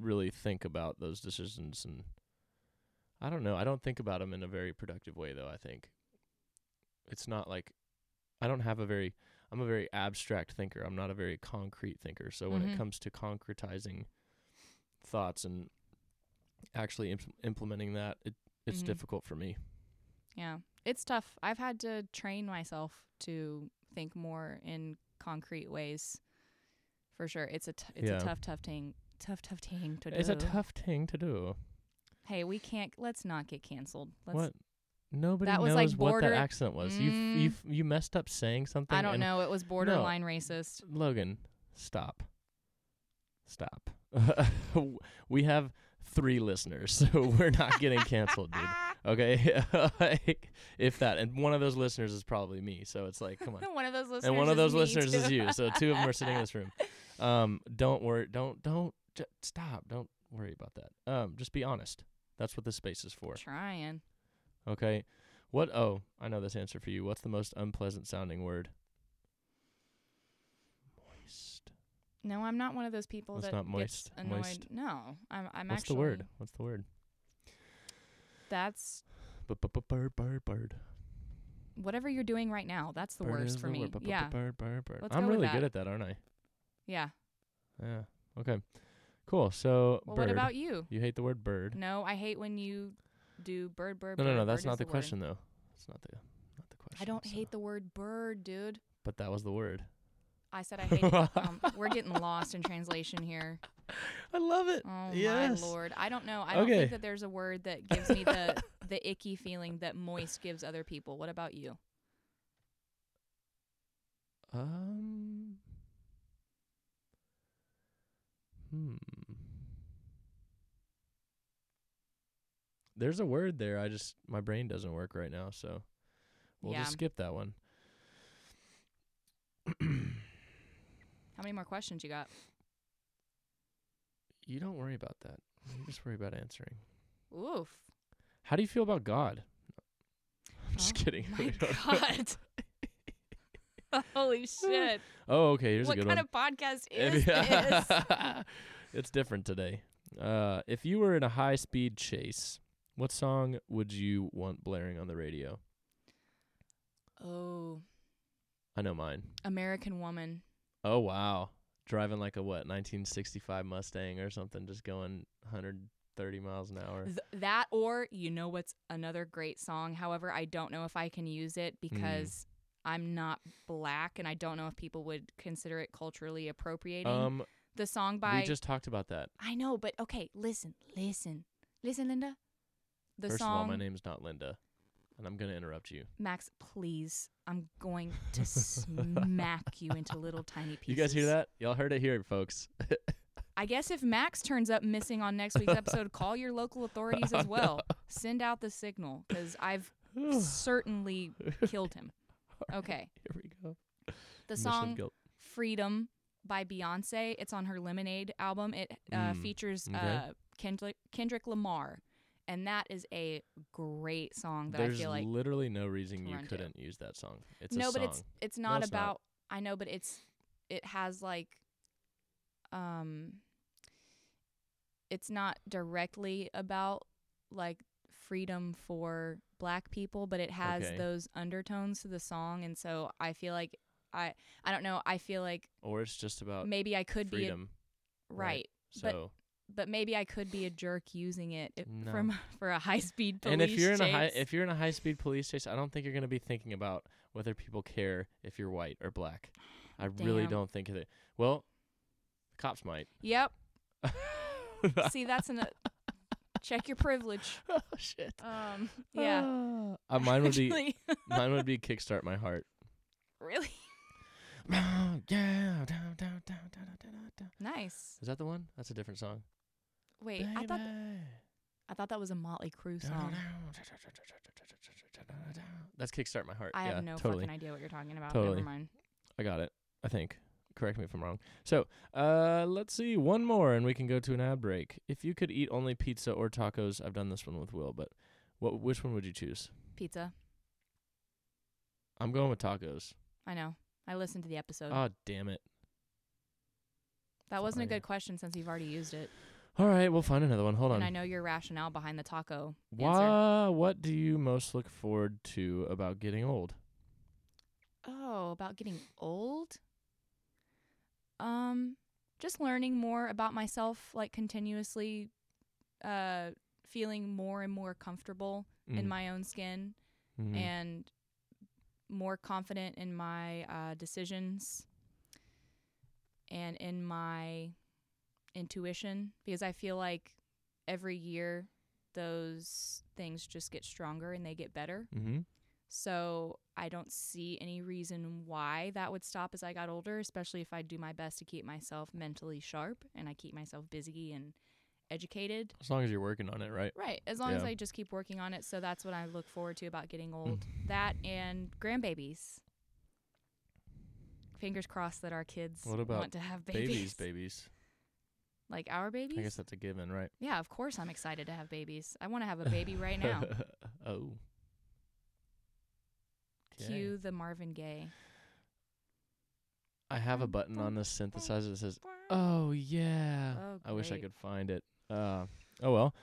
really think about those decisions, and I don't know. I don't think about them in a very productive way, though. I think it's not like I don't have a very I'm a very abstract thinker. I'm not a very concrete thinker. So when
Mhm.
it comes to concretizing thoughts and actually imp- implementing that, it it's
Mhm.
difficult for me.
Yeah. It's tough. I've had to train myself to think more in concrete ways. For sure. It's a t- it's
Yeah.
a tough tough thing. Tough tough thing to
It's a
do.
tough thing to do.
hey, we can't let's not get canceled. Let's
what? Nobody
That was,
knows
like,
what that
border-
accent was. You
Mm.
f- you f- you messed up saying something.
I don't
and
know. It
[LAUGHS]
was borderline racist.
Logan, stop. Stop. [LAUGHS] we have three listeners, so [LAUGHS] we're [LAUGHS] not getting
[LAUGHS]
canceled, dude. Okay, [LAUGHS] Like, if that, and one of those listeners is probably me. So it's like, come on.
[LAUGHS] one of those listeners.
and one of
is
those
me,
listeners
too.
is you. So two of them are sitting in this room. Um, don't worry. Don't don't ju- stop. Don't worry about that. Um, just be honest. That's what this space is
[LAUGHS]
for.
Trying.
Okay. What? Oh, I know this answer for you. What's the most unpleasant sounding word? Moist.
No, I'm not one of those people
That's
that
not
gets
moist.
annoyed.
Moist.
No, I'm. I'm
What's
actually.
the word? What's the word?
That's
Bird, bird, bird.
whatever you're doing right now. That's the
Bird
worst
is
for
the
me.
word. Bu- bu-
Yeah,
Bird, bird, bird.
Let's
I'm
go with
really good
that.
at that, aren't I?
yeah.
Yeah. Okay. Cool. So,
Well,
bird.
what about you?
you hate the word bird?
No, I hate when you do bird, bird.
No, no,
bird,
no. That's
bird is
not the
word.
question, though. That's not the not the question.
I don't
so-
hate the word bird, dude.
But that was the word.
I said I hate
[LAUGHS]
it. Um, we're getting lost in translation here.
I love it.
Oh
yes.
my lord! I don't know. I don't
Okay.
think that there's a word that gives me
[LAUGHS]
the the icky feeling that moist gives other people. What about you?
Um. Hmm. There's a word there. I just my brain doesn't work right now, so we'll
yeah.
just skip that one.
How many more questions you got?
You don't worry about that. You just worry about answering.
Oof!
[LAUGHS] How do you feel about God? I'm just
Oh
kidding. [LAUGHS]
My God! [LAUGHS]
[LAUGHS]
Holy shit!
Oh, okay. Here's
what
a good
kind
one.
of
[LAUGHS]
podcast is
If
this?
you- [LAUGHS] it's different today. Uh, if you were in a high speed chase, what song would you want blaring on the radio?
Oh,
I know mine.
American Woman.
Oh wow, driving like a what 1965 Mustang or something, just going 130 miles an hour.
Th- that or you know what's another great song. However, I don't know if I can use it
Mm.
because I'm not black and I don't know if people would consider it culturally appropriating.
Um,
the song
we
by
just talked about that.
I know, but okay, listen, listen, listen, Linda. The
First
song
of all, my name's not Linda, and I'm gonna interrupt you.
Max, please, I'm
[LAUGHS]
going to smack you into little tiny pieces.
You guys hear that? Y'all heard it here,
[SIGHS]
folks. [LAUGHS]
I guess if Max turns up missing on next week's episode,
[LAUGHS]
call your local authorities as well. Send out the signal because
[SIGHS]
I've
Here
certainly killed
[LAUGHS]
him. Okay.
we go.
The
Mission
song
guilt.
Freedom by Beyonce, it's on her Lemonade album. It uh,
Mm,
features
okay.
uh, Kendrick, Kendrick Lamar. And that is a great song that
There's
I feel like.
literally no reason
to
you
run to.
couldn't use that song. It's
no,
a song.
but it's it's not
it's not.
about. I know, but it's it has like, um, it's not directly about like freedom for black people, but it has
Okay.
those undertones to the song, and so I feel like I I don't know. I feel like
or it's just about
maybe I could
Uh, freedom.
be a,
right,
right. but
So,
But maybe I could be a jerk using it if,
No.
from [LAUGHS] for a high speed police
and if you're in a high
chase.
if you're in a high speed police chase, I don't think you're gonna be thinking about whether people care if you're white or black. I really
Damn.
don't think that. Well, the
[LAUGHS]
cops might. [LAUGHS]
yep. See, that's an check your
[LAUGHS]
privilege.
oh shit.
Um, yeah.
Uh, mine would be
Actually,
[LAUGHS]
[LAUGHS]
mine would be kickstart my heart.
really
yeah. da- da- da- da- da- da- da.
nice.
Is that the one? That's a different song.
Wait, I thought th-
Baby.
I thought that was a Motley Crue song.
That's kickstart my heart.
I
yeah,
have no
totally.
fucking idea what you're talking about.
Totally.
Never mind.
I got it. I think. Correct me if I'm wrong. So, uh, let's see one more, and we can go to an ad break. If you could eat only pizza or tacos, I've done this one with Will, but what? Which one would you choose?
Pizza.
I'm going with tacos.
I know. I listened to the episode.
Oh, damn it!
that wasn't a
fine.
good question since you've already used it,
All right, we'll find another one. Hold
and I
on.
know your rationale behind the taco. Answer.
Wha- What do you most look forward to about getting old?
Oh, about getting old. Um, just learning more about myself, like continuously, uh, feeling more and more comfortable in
Mhm.
my own skin.
Mhm.
and more confident in my uh, decisions and in my intuition because I feel like every year those things just get stronger and they get better.
Mm-hmm.
So I don't see any reason why that would stop as I got older, especially if I do my best to keep myself mentally sharp and I keep myself busy and educated.
As long as you're working on it, right?
Right. As long as
Yeah.
I just keep working on it. So that's what I look forward to about getting old.
Mm.
that and grandbabies. Fingers crossed that our kids
What about
want to have babies.
Babies, babies.
[LAUGHS] Like our babies?
I guess that's a given, right?
yeah, of course I'm excited to have babies. I want to have a baby
[LAUGHS]
right now.
oh. 'Kay.
Cue the Marvin Gaye.
I have a button on this synthesizer that says, "Oh yeah."
Oh,
I wish I
great.
could find it. Uh, oh well.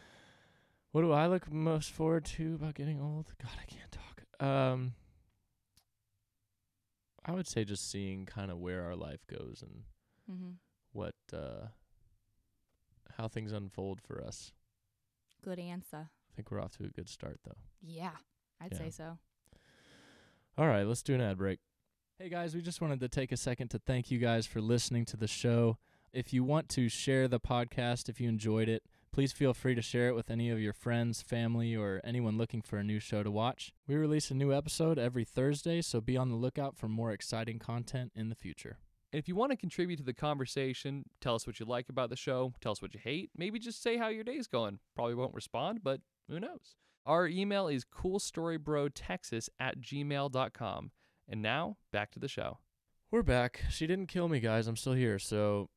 What do I look most forward to about getting old? God, I can't talk. Um, I would say just seeing kind of where our life goes and
Mm-hmm.
what uh, how things unfold for us.
Good answer.
I think we're off to a good start though.
Yeah, I'd
Yeah.
say so.
All right, let's do an ad break. Hey guys, we just wanted to take a second to thank you guys for listening to the show. If you want to share the podcast, if you enjoyed it, please feel free to share it with any of your friends, family, or anyone looking for a new show to watch. We release a new episode every Thursday, so be on the lookout for more exciting content in the future.
And if you want to contribute to the conversation, tell us what you like about the show, tell us what you hate, maybe just say how your day's going. Probably won't respond, but who knows? Our email is coolstorybrotexas at gmail.com. And now, back to the show.
We're back. She didn't kill me, guys. I'm still here, so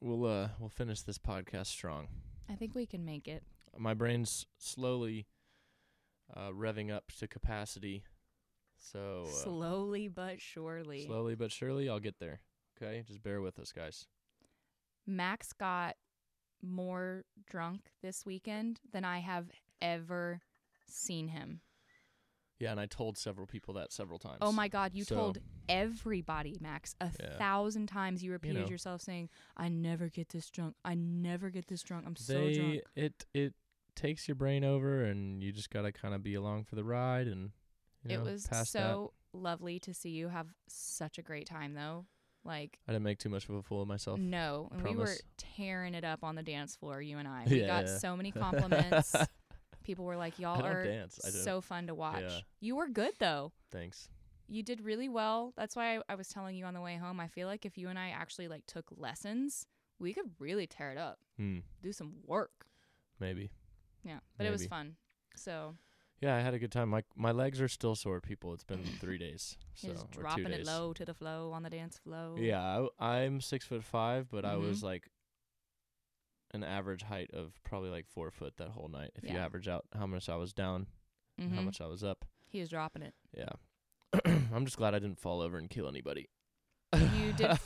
we'll uh we'll finish this podcast strong.
I think we can make it.
my brain's slowly uh, revving up to capacity. So uh,
Slowly but surely.
slowly but surely, I'll get there. Okay, just bear with us, guys.
Max got more drunk this weekend than I have ever seen him.
Yeah, and I told several people that several times.
Oh my God, you
So-
told everybody, Max, a
Yeah.
thousand times. You repeated
know.
yourself saying, I never get this drunk. I never get this drunk. I'm
They
so drunk.
it it takes your brain over, and you just gotta kind of be along for the ride, and you
it
know,
was
past that.
so lovely to see you have such a great time, though. Like,
I didn't make too much of a fool of myself.
No, and we were
Oh, promise.
tearing it up on the dance floor, you and I. We got
Yeah.
so
[LAUGHS]
many compliments. People were like,
[LAUGHS] I
"Y'all
don't
are
dance. I don't.
so fun to watch."
Yeah.
You were good though.
Thanks.
You did really well. That's why I, I was telling you on the way home. I feel like if you and I actually like took lessons, we could really tear it up,
Hmm.
do some work.
Maybe.
Yeah, but it was
Maybe.
fun. So,
Yeah, I had a good time. My my legs are still sore, people. It's been three days. So
you're just
or two
dropping it
days.
low to the flow on the dance floor.
Yeah, I, am six foot five, but I
Mhm.
was like an average height of probably like four foot that whole night. If you
Yeah.
average out how much I was down and
hmm
how much I was up,
he was dropping it.
yeah. [CLEARS THROAT] I'm just glad I didn't fall over and kill anybody.
You did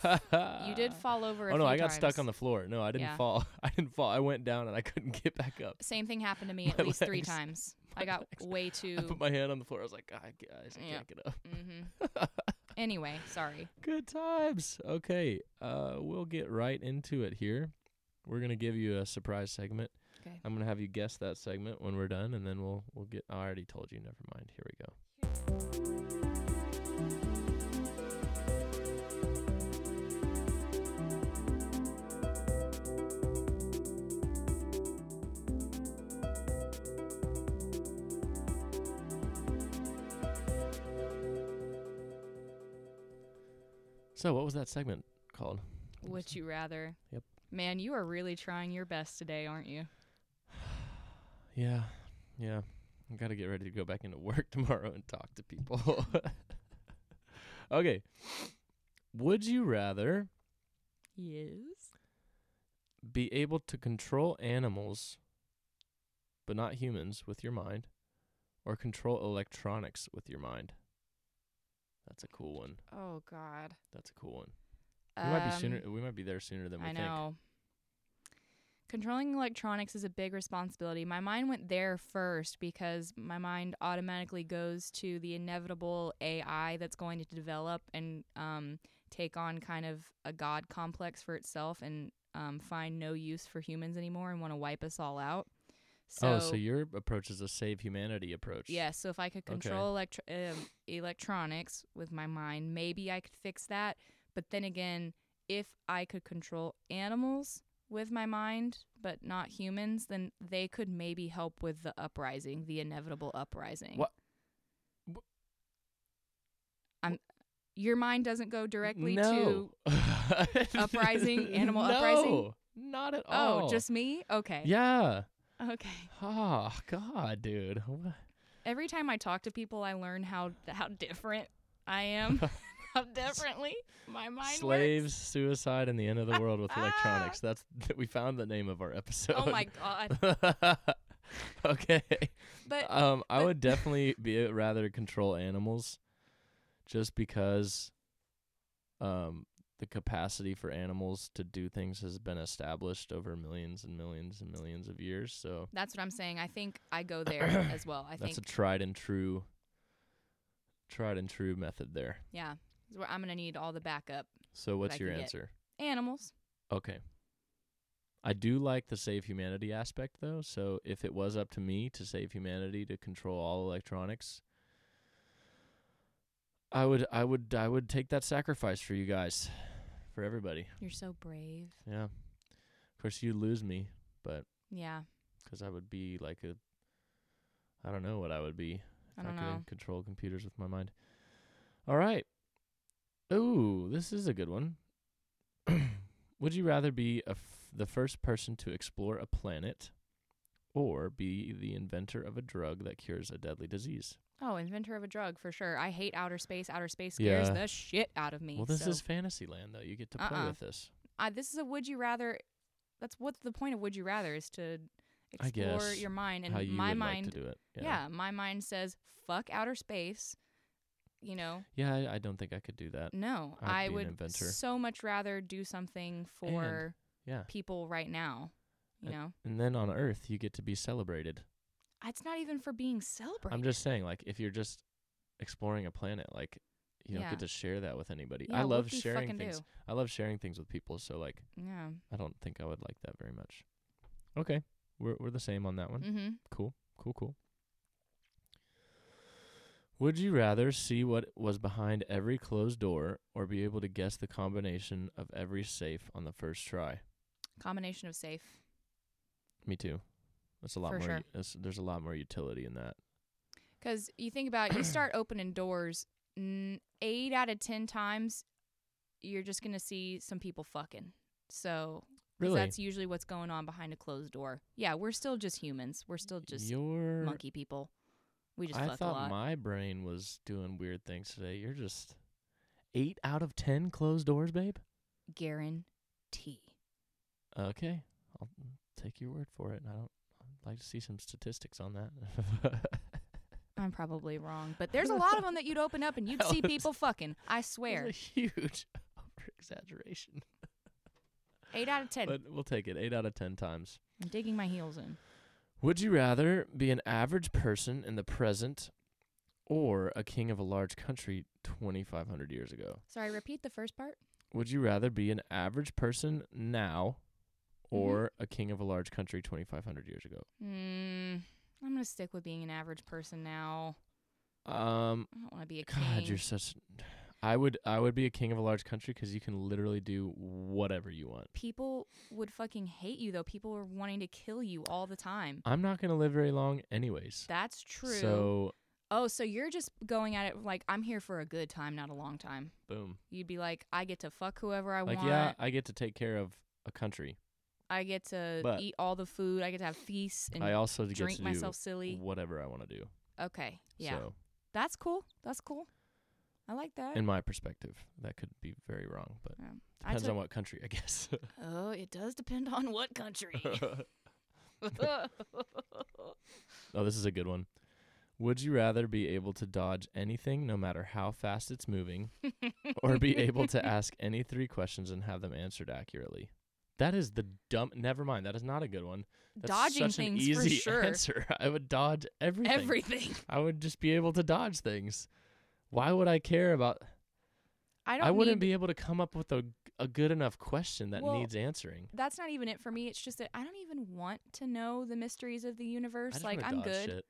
You
[LAUGHS]
did fall over. a
Oh no,
few
I got
times.
stuck on the floor. No, I didn't
Yeah.
fall. [LAUGHS] I didn't fall. I went down and I couldn't get back up.
Same thing happened
[LAUGHS]
to me at
My
least three
legs. [LAUGHS]
times. I got way too.
I put my hand on the floor. I was like, God, guys, I
Yeah.
can't get up.
hmm anyway, sorry.
Good times. Okay, uh, we'll get right into it here. We're gonna give you a surprise segment.
Okay.
I'm gonna have you guess that segment when we're done, and then we'll we'll get. I already told you. Never mind. Here we go. So, what was that segment called? What was
Would you rather?
Yep.
Man, you are really trying your best today, aren't you?
Yeah, yeah. I gotta get ready to go back into work [LAUGHS] tomorrow and talk to people. [LAUGHS] okay. Would you rather
Yes.
be able to control animals, but not humans, with your mind, or control electronics with your mind? That's a cool one.
Oh God. Um,
That's a cool one. We might be sooner. We might be there sooner than we
I
think.
know. Controlling electronics is a big responsibility. My mind went there first because my mind automatically goes to the inevitable AI that's going to develop and um, take on kind of a god complex for itself and um, find no use for humans anymore and want to wipe us all out. So,
oh, so your approach is a save humanity approach.
yeah, so if I could control electro- um, electronics with my mind, maybe I could fix that. But then again, if I could control animals with my mind, but not humans, then they could maybe help with the uprising, the inevitable uprising.
What- wh-
I'm. Your mind doesn't go directly to.
[LAUGHS] to
uprising, animal uprising?
No, not at all.
Oh, just me? Okay.
yeah.
Okay.
Oh God, dude. What?
Every time I talk to people, I learn how how different I
[LAUGHS]
am. how differently my mind
Slaves,
works.
suicide, and the end of the world
[LAUGHS]
with electronics. That's [LAUGHS] we found the name of our [LAUGHS] episode.
Oh my god!
[LAUGHS]
[LAUGHS]
okay. [LAUGHS]
But
Um, I
but-
would definitely be uh, rather control animals, just because, um, the capacity for animals to do things has been established over millions and millions and millions of years. So
that's what I'm saying. I think I
[CLEARS THROAT]
go there as well. I
that's
think
a tried and true, tried and true method there.
yeah. It's where I'm gonna need all the backup
So what's
I
your
can get.
answer?
animals.
Okay. I do like the save humanity aspect though. So if it was up to me to save humanity to control all electronics, I would I would I would take that sacrifice for you guys, for everybody.
You're so brave.
Yeah. Of course you'd lose me, but
Yeah.
cuz I would be like a I don't know what I would be if
I don't
could
know.
control computers with my mind. All right. Ooh, this is a good one. [CLEARS THROAT] Would you rather be a f- the first person to explore a planet or be the inventor of a drug that cures a deadly disease?
Oh, inventor of a drug for sure. I hate outer space. Outer space scares
Yeah.
the shit out of me.
Well, this
so-
is Fantasyland, though. You get to play
Uh-uh.
with this.
I, this is a would you rather. That's what's the point of would you rather is to
I
explore
guess
your mind and
how you
my
would
mind.
like to do it.
yeah. my mind says fuck outer space. You know,
Yeah, I, I don't think I could do that.
no,
I'd
I
be an
would
inventor.
so much rather do something for
Yeah.
people right now. You
And-
know,
And then on Earth, you get to be celebrated.
it's not even for being celebrated.
I'm just saying, like, if you're just exploring a planet, like, you don't
Yeah.
get to share that with anybody.
Yeah,
I
what
love
do you
sharing
fucking
things.
do?
I love sharing things with people. So, like,
yeah.
I don't think I would like that very much. Okay. We're we're the same on that one.
Mm-hmm.
Cool. Cool, cool. Would you rather see what was behind every closed door or be able to guess the combination of every safe on the first try?
Combination of safe.
Me too. That's a lot
For
more
sure.
u- that's, there's a lot more utility in that.
Because you think about it, you
[CLEARS THROAT]
start opening doors n- eight out of ten times, you're just gonna see some people fucking. So 'cause
Really?
that's usually what's going on behind a closed door. Yeah, we're still just humans. We're still just
Your
monkey people. We just
I
fuck a lot.
thought my brain was doing weird things today. You're just 8 out of 10 closed doors, babe.
Guarantee.
Okay, I'll take your word for it. I don't. I'd like to see some statistics on that. [LAUGHS]
I'm probably wrong, but there's a lot of them that you'd open
[LAUGHS]
up and you'd
That
see
was-
people fucking. I
That's
swear,
a huge [LAUGHS] over exaggeration.
eight out of ten.
But we'll take it. Eight out of ten times.
I'm digging my heels in.
Would you rather be an average person in the present, or a king of a large country twenty five hundred years ago?
Sorry, repeat the first part.
Would you rather be an average person now, or a king of a large country twenty five hundred years ago?
Hmm. I'm gonna stick with being an average person now.
Um,
I don't want to be a king.
God, you're such. I would I would be a king of a large country 'cause you can literally do whatever you want.
people would fucking hate you though. People were wanting to kill you all the time.
I'm not gonna live very long, anyways.
That's true.
So
oh, so you're just going at it like I'm here for a good time, not a long time.
boom.
You'd be like, I get to fuck whoever I
like
want.
yeah, I get to take care of a country.
I get to
But-
eat all the food. I get to have feasts and
I also get
drink
to
myself
do
silly.
whatever I want to do.
Okay, yeah,
So
that's cool. That's cool. I like that.
in my perspective, that could be very wrong, but
Um, I
depends
took,
on what country, I guess.
oh, it does depend on what
[LAUGHS]
country.
[LAUGHS] oh, this is a good one. Would you rather be able to dodge anything, no matter how fast it's moving, or be able
[LAUGHS]
to ask any three questions and have them answered accurately? That is the dumb. Never mind. That is not a good one. That's
Dodging
such an
things
easy [LAUGHS]
for sure.
answer. I would dodge everything.
Everything.
I would just be able to dodge things. Why would I care about?
I don't.
I, wouldn't
need-
be able to come up with a a good enough question that
Well,
needs answering.
that's not even it for me. It's just that I don't even want to know the mysteries of the
I
universe.
just
Like
wanna
I'm
dodge
good,
shit.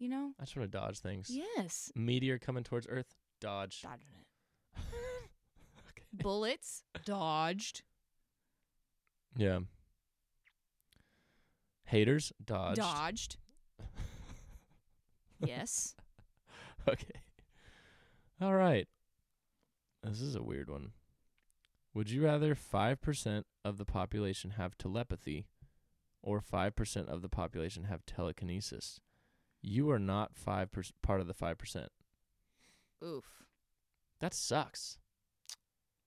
you know.
I just want to dodge things.
Yes,
Meteor coming towards Earth. Dodge.
dodging it.
[LAUGHS] Okay.
Bullets dodged.
Yeah. Haters dodged.
Dodged. yes.
[LAUGHS] Okay. All right. This is a weird one. Would you rather 5% of the population have telepathy or 5% of the population have telekinesis? You are not 5 per- part of the 5%.
[LAUGHS] Oof.
That sucks.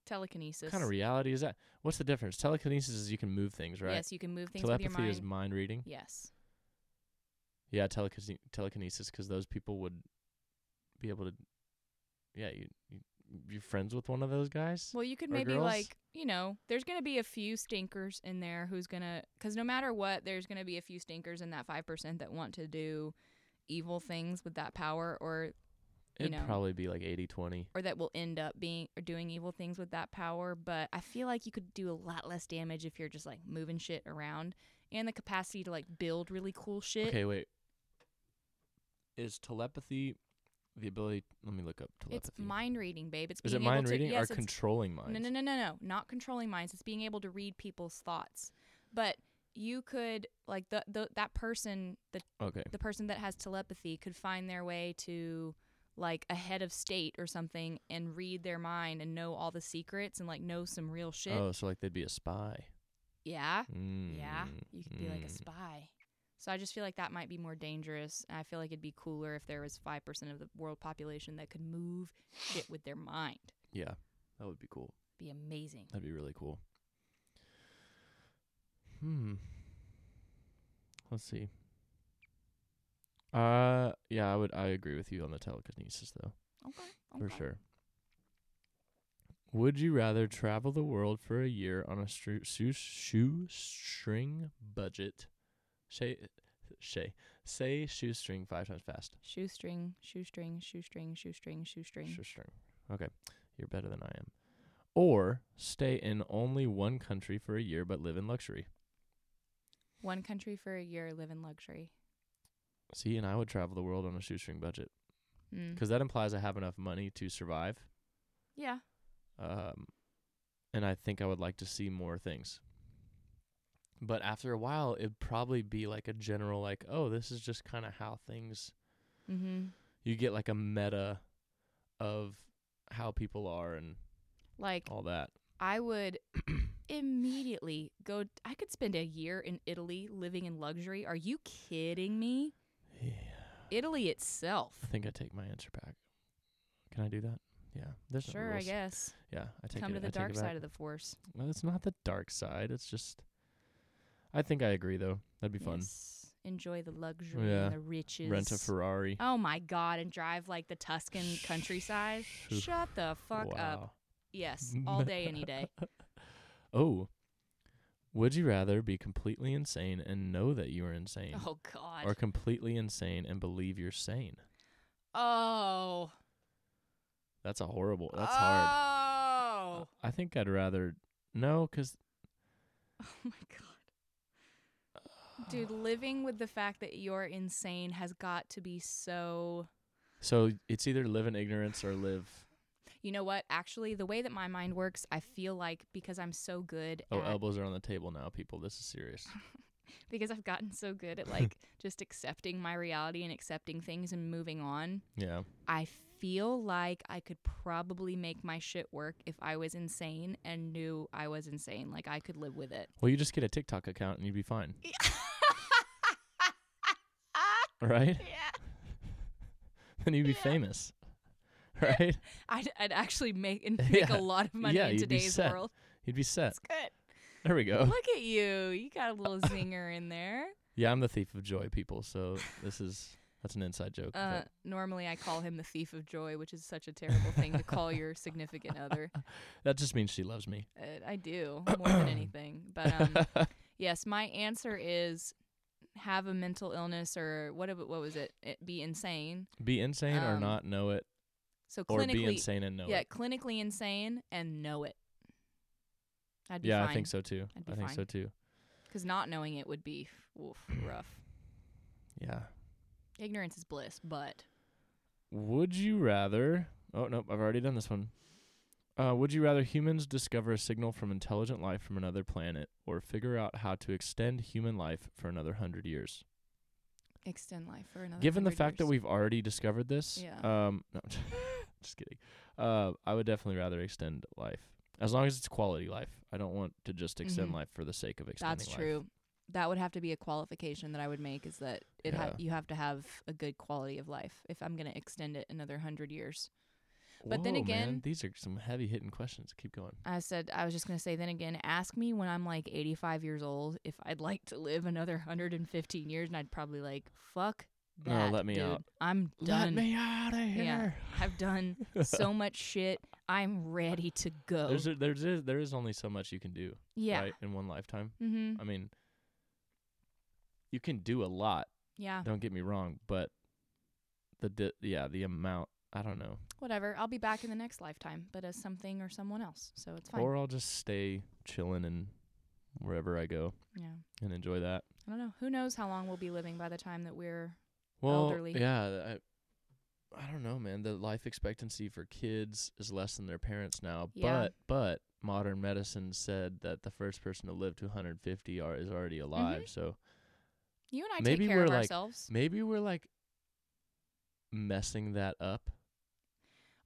Telekinesis.
What kind of reality is that? What's the difference? Telekinesis is you can move things, right?
Yes, you can move things
Telepathy
with your mind.
is mind reading.
yes.
Yeah, telekine- telekinesis, because those people would be able to. Yeah, you, you you're friends with one of those guys.
Well, you could
Or
maybe
girls?
like, you know, there's going to be a few stinkers in there who's going to cuz no matter what, there's going to be a few stinkers in that 5% that want to do evil things with that power or you
It'd
know.
probably be like eighty twenty.
or that will end up being or doing evil things with that power, but I feel like you could do a lot less damage if you're just like moving shit around and the capacity to like build really cool shit.
Okay, wait. Is telepathy the ability? Let me look up telepathy.
It's mind reading, babe. It's
is it
being
mind
able
reading
to, yes,
or
it's-
controlling minds?
No, no, no, no, no. Not controlling minds. It's being able to read people's thoughts. But you could like the, the that person, the
Okay.
the person that has telepathy could find their way to like a head of state or something and read their mind and know all the secrets and like know some real shit.
Oh, so like they'd be a spy.
Yeah.
Mm.
Yeah. You could be like a
mm.
spy. So I just feel like that might be more dangerous. And I feel like it'd be cooler if there was 5% of the world population that could move shit with their mind.
Yeah, that would be cool.
Be amazing.
That'd be really cool. Hmm. Let's see. Uh yeah, I would I agree with you on the telekinesis though.
Okay.
For sure. Would you rather travel the world for a year on a stru- shoe shoestring budget? Say say say shoestring 5 times fast.
Shoestring, shoestring, shoestring, shoestring, shoestring.
Shoestring. Okay. You're better than I am. Or stay in only one country for a year but live in luxury.
One country for a year, live in luxury.
See, and I would travel the world on a shoestring budget.
Mm.
'Cause that implies I have enough money to survive.
Yeah.
Um, and I think I would like to see more things. But after a while, it'd probably be like a general, like, oh, this is just kind of how things.
Mm-hmm.
You get like a meta of how people are and
Like,
all that.
I would [CLEARS THROAT] immediately go. I could spend a year in Italy living in luxury. Are you kidding me?
Yeah.
Italy itself.
I think I take my answer back. Can I do that? Yeah. There's no
Sure, I
rules.
guess.
Yeah, I take
Come
it.
to the
I take
dark
it back.
side of the force.
Well, it's not the dark side. It's just. I think I agree though. That'd be fun.
Yes. Enjoy the luxury
Yeah.
and the riches.
Rent a Ferrari.
Oh my God, and drive like the Tuscan countryside.
Oof.
Shut the fuck up.
Wow. [LAUGHS]
Yes, all day, any day.
Oh. Would you rather be completely insane and know that you are insane,
Oh God.
or completely insane and believe you're sane?
oh.
That's a horrible. That's
oh.
hard.
[LAUGHS] Oh.
I think I'd rather no, 'cause
Oh my God. Dude, living with the fact that you're insane has got to be so.
so it's either live in ignorance or live.
You know what? Actually, the way that my mind works, I feel like because I'm so good
Oh,
at
elbows are on the table now, people. This is serious.
because I've gotten so good
[LAUGHS]
at like just accepting my reality and accepting things and moving on.
Yeah.
I feel like I could probably make my shit work if I was insane and knew I was insane. Like I could live with [LAUGHS] it.
Well, you just get a TikTok account and you'd be fine, [LAUGHS] right? then you'd be famous, [LAUGHS] right?
I'd, I'd actually make
[LAUGHS]
and make
Yeah.
a lot of money
Yeah,
in
you'd be
today's
set.
world.
You'd be set.
That's good.
There we go.
Look at you. You got a little zinger in there.
[LAUGHS] Yeah, I'm the thief of joy, people. So this is that's an inside joke.
Uh,
but-
normally, I call him the thief of joy, which is such a terrible thing to call your significant
[LAUGHS]
other.
that just means she loves me.
Uh, I do more than anything. But [LAUGHS] um, yes, my answer is have a mental illness or what? ab- What was it? it be insane.
[LAUGHS] be insane or
um,
not know it,
So
or
clinically,
be insane and know
yeah,
it.
clinically insane and know it. I'd be
Yeah,
fine.
I think so too.
I'd be
I think so
fine.
too.
Because not knowing it would be oof, rough.
Yeah.
Ignorance is bliss, but
Would you rather? Oh nope, I've already done this one. Uh, would you rather humans discover a signal from intelligent life from another planet or figure out how to extend human life for another hundred years?
Extend life for another.
Given the
100
fact that
years.
we've already discovered this,
Yeah.
um, [LAUGHS] no, just kidding. Uh, I would definitely rather extend life as long as it's quality life. I don't want to just extend
Mhm.
life for the sake of extending
that's
life.
true. That would have to be a qualification that I would make is that it ha-
Yeah.
you have to have a good quality of life if I'm going to extend it another hundred years. But then
Whoa, man,
again-
these are some heavy hitting questions. Keep going.
I said I was just going to say then again, ask me when I'm like 85 years old if I'd like to live another 115 years, and I'd probably like fuck
No,
that.
let me
dude.
out.
I'm done.
Let me out of
Yeah,
here.
[LAUGHS] I've
[LAUGHS]
done so much shit. I'm ready to go.
There's a, there's a, there is only so much you can do,
Oh. yeah.
right, in one lifetime.
Mm-hmm.
I mean, you can do a lot.
Yeah.
Don't get me wrong, but the di- yeah the amount I don't know.
Whatever. I'll be back in the next lifetime, but as something or someone else. So it's fine.
Or I'll just stay chilling and wherever I go
yeah.
and enjoy that.
I don't know. Who knows how long we'll be living by the time that we're
Well,
Elderly.
yeah, th- I, I don't know, man. The life expectancy for kids is less than their parents now,
Yeah.
but but modern medicine said that the first person to live to 150 are is already
Mm-hmm.
alive. So
you and I
Maybe
take care
we're,
of
like,
ourselves.
maybe we're like messing that up.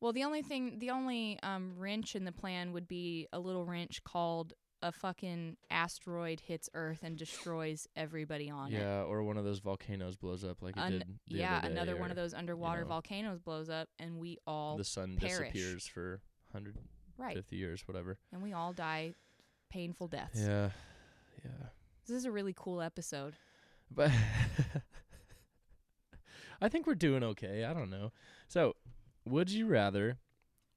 Well, the only thing, the only um, wrench in the plan would be a little wrench called a fucking asteroid hits Earth and destroys everybody on it.
yeah, or one of those volcanoes blows up like
An-
it did. The
yeah,
other day,
another one
or
of those underwater
know,
volcanoes blows up and we all
The sun
perish.
disappears for 150
right
years, whatever.
and we all die painful deaths.
Yeah, yeah.
This is a really cool episode.
But [LAUGHS] I think we're doing okay. I don't know. So, would you rather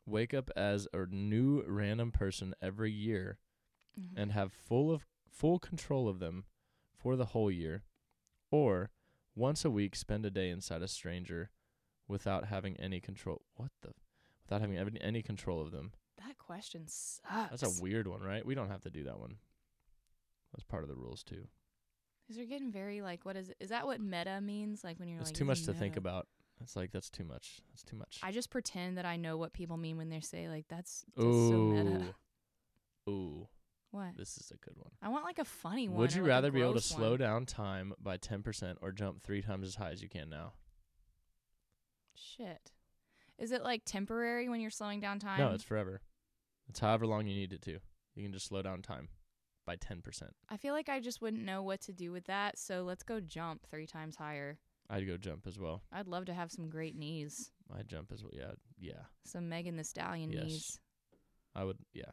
wake up as a new random person every year and have full of full control of them for the whole year or once a week spend a day inside a stranger without having any control what the without having ev- any control of them
that question sucks.
that's a weird one right we don't have to do that one that's part of the rules too
'Cause you're getting very like, what is? Is that what meta means? Like when you're
it's
like,
too much to think
meta.
about it's like that's too much that's too much
I just pretend that I know what people mean when they say like that's just so meta.
Ooh. Ooh,
[LAUGHS] What?
this is a good one.
I want like a funny one.
Would
or,
you
like, a
rather be able to
gross
slow
one.
down time by 10% or jump three times as high as you can now?
Shit. Is it like temporary when you're slowing down time?
no, it's forever. It's however long you need it to. You can just slow down time by 10%.
I feel like I just wouldn't know what to do with that. So let's go jump three times higher.
I'd go jump as well.
I'd love to have some great knees,
I'd jump as well. Yeah. Yeah.
some Megan the Stallion
Yes.
knees.
I would. Yeah.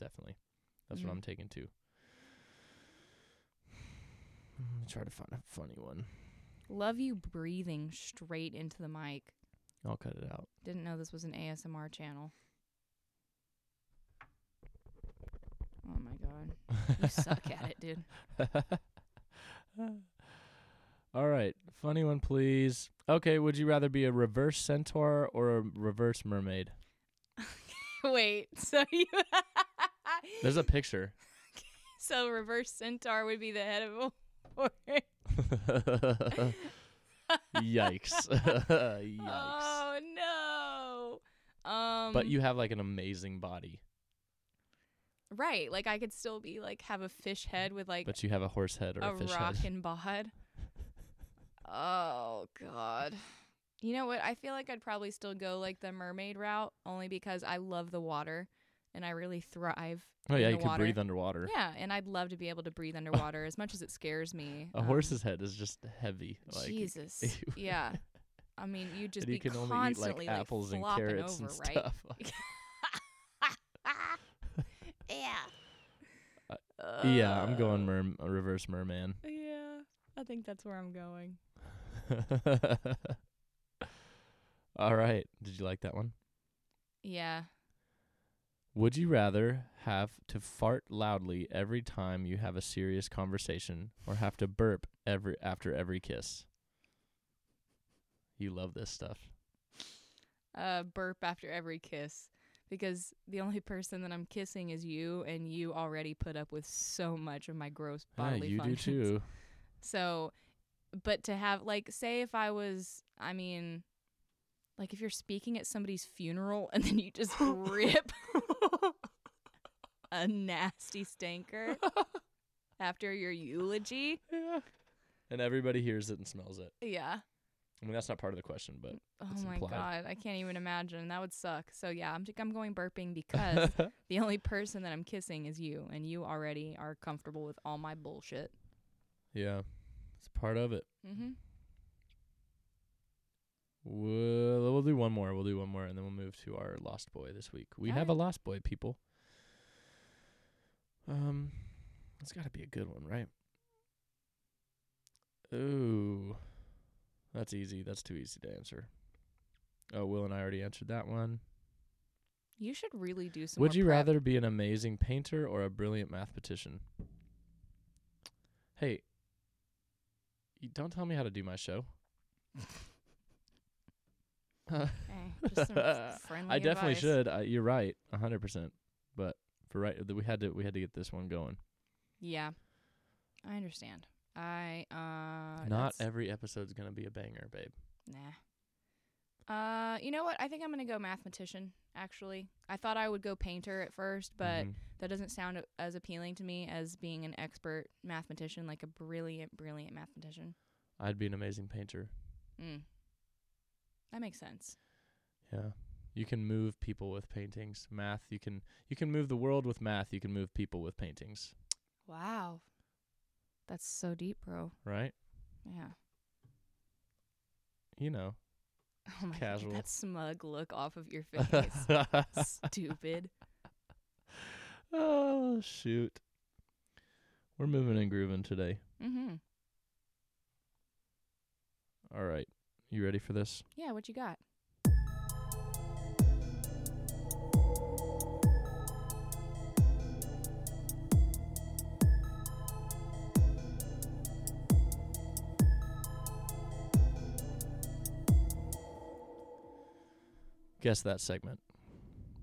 Definitely. That's
Mhm.
what I'm taking too. [SIGHS] Let me try to find a funny one.
Love you breathing straight into the mic.
I'll cut it out.
Didn't know this was an ASMR channel. Oh my god.
[LAUGHS]
You suck at it, dude. [LAUGHS]
[LAUGHS] All right, funny one, please. Okay, would you rather be a reverse centaur or a reverse mermaid?
Wait, so you [LAUGHS]
There's a picture.
So reverse centaur would be the head of a horse.
Yikes! [LAUGHS]
Um,
Yikes!
Oh no. Um
But you have like an amazing body,
Right, like I could still be like have a fish head with like
but you have a horse head or
a,
a, [LAUGHS] fish
rock
head.
and bod. Oh God. You know what? I feel like I'd probably still go like the mermaid route only because I love the water and I really thrive.
[LAUGHS] Oh yeah,
in
you
the
could
water.
breathe underwater.
Yeah, and I'd love to be able to breathe underwater as much as it scares me.
[LAUGHS] A
um,
horse's head is just heavy. Like,
Jesus.
[LAUGHS] you-
yeah. I mean, you'd just
and you
be
can only eat
constantly
like apples and
flopping
carrots
over,
and
right? [LAUGHS]
stuff. [LAUGHS]
Ah, yeah.
Uh, yeah, I'm going
Uh,
merm- a reverse merman.
Yeah, I think that's where I'm going.
[LAUGHS] All right. Did you like that one?
Yeah.
Would you rather have to fart loudly every time you have a serious conversation or have to burp every after every kiss? You love this stuff.
uh, burp after every kiss because the only person that I'm kissing is you, and you already put up with so much of my gross bodily
Ah, you
functions.
do too.
So, but to have like, say, if I was, I mean, like if you're speaking at somebody's funeral and then you just rip a nasty
[LAUGHS]
stinker after your eulogy.
yeah. And everybody hears it and smells it.
Yeah.
I mean, that's not part of the question, but
Oh
It's
my
implied.
god, I can't even imagine. That would suck. So yeah, I'm think I'm going burping because [LAUGHS] the only person that I'm kissing is you, and you already are comfortable with all my bullshit.
[LAUGHS] yeah, it's part of it.
Mm-hmm.
We'll, we'll do one more. We'll do one more, and then we'll move to our lost boy this week. We have a
Alright.
lost boy, people. Um, it's got to be a good one, right? Ooh, that's easy. That's too easy to answer. Oh, Will and I already answered that one.
You should really do some.
Would
more
you
prep.
rather be an amazing painter or a brilliant mathematician? Hey, you don't tell me how to do
[LAUGHS]
my show. [LAUGHS] Uh,
Hey, just
[LAUGHS]
some s- friendly
I definitely
advice.
should. I, you're right, a hundred percent. But for right, th- we had to we had to get this one going.
Yeah, I understand. I uh
Not
that's-
every episode's gonna be a banger, babe.
nah. Uh, you know what? I think I'm gonna go mathematician. Actually, I thought I would go painter at first, but
Mhm.
that doesn't sound a- as appealing to me as being an expert mathematician, like a brilliant, brilliant mathematician.
I'd be an amazing painter.
Mm. That makes sense.
Yeah. You can move people with paintings. Math, you can you can move the world with math. You can move people with paintings,
Wow. That's so deep, bro.
right?
Yeah. [LAUGHS]
You know.
Oh my
Casual.
god, that smug look off of
[LAUGHS]
your face. Stupid.
oh shoot. We're moving and grooving today.
Mm-hmm.
All right. You ready for this?
Yeah, what you got?
Guess that segment.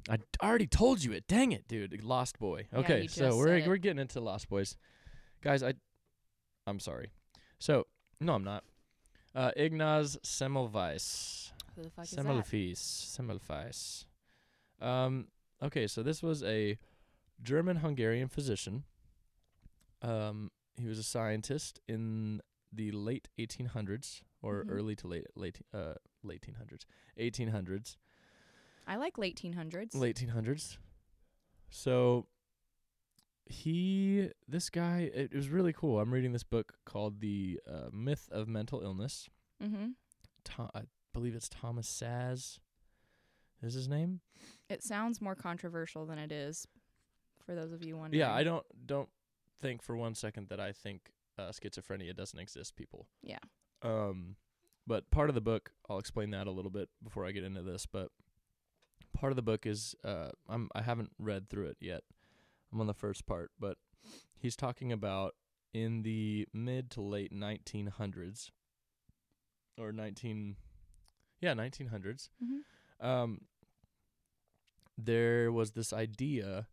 I d- already told you it. Dang it, dude. Lost Boy.
Yeah,
Okay,
you
so
just
we're
said it.
we're getting into Lost Boys. Guys, I I'm sorry. So, no, I'm not. Uh Ignaz Semmelweis.
Who the fuck is that?
Semmelweis. Semmelweis. Um, okay, so this was a German Hungarian physician. Um, he was a scientist in the late 1800s or
Mhm.
early to late late uh late 1800s, 1800s,
I like late teen hundreds.
late 1800s. So he this guy it, it was really cool. I'm reading this book called The uh, Myth of Mental Illness.
Mm-hmm.
Tho- I believe it's Thomas Saz is his name.
It sounds more controversial than it is, for those of you wondering.
Yeah, I don't don't think for one second that I think uh, schizophrenia doesn't exist, people.
Yeah.
Um, but part of the book, I'll explain that a little bit before I get into this. But part of the book is uh, I'm I haven't read through it yet. I'm on the first part, but he's talking about in the mid to late 1900s or 19 yeah 1900s
Mhm.
um, there was this idea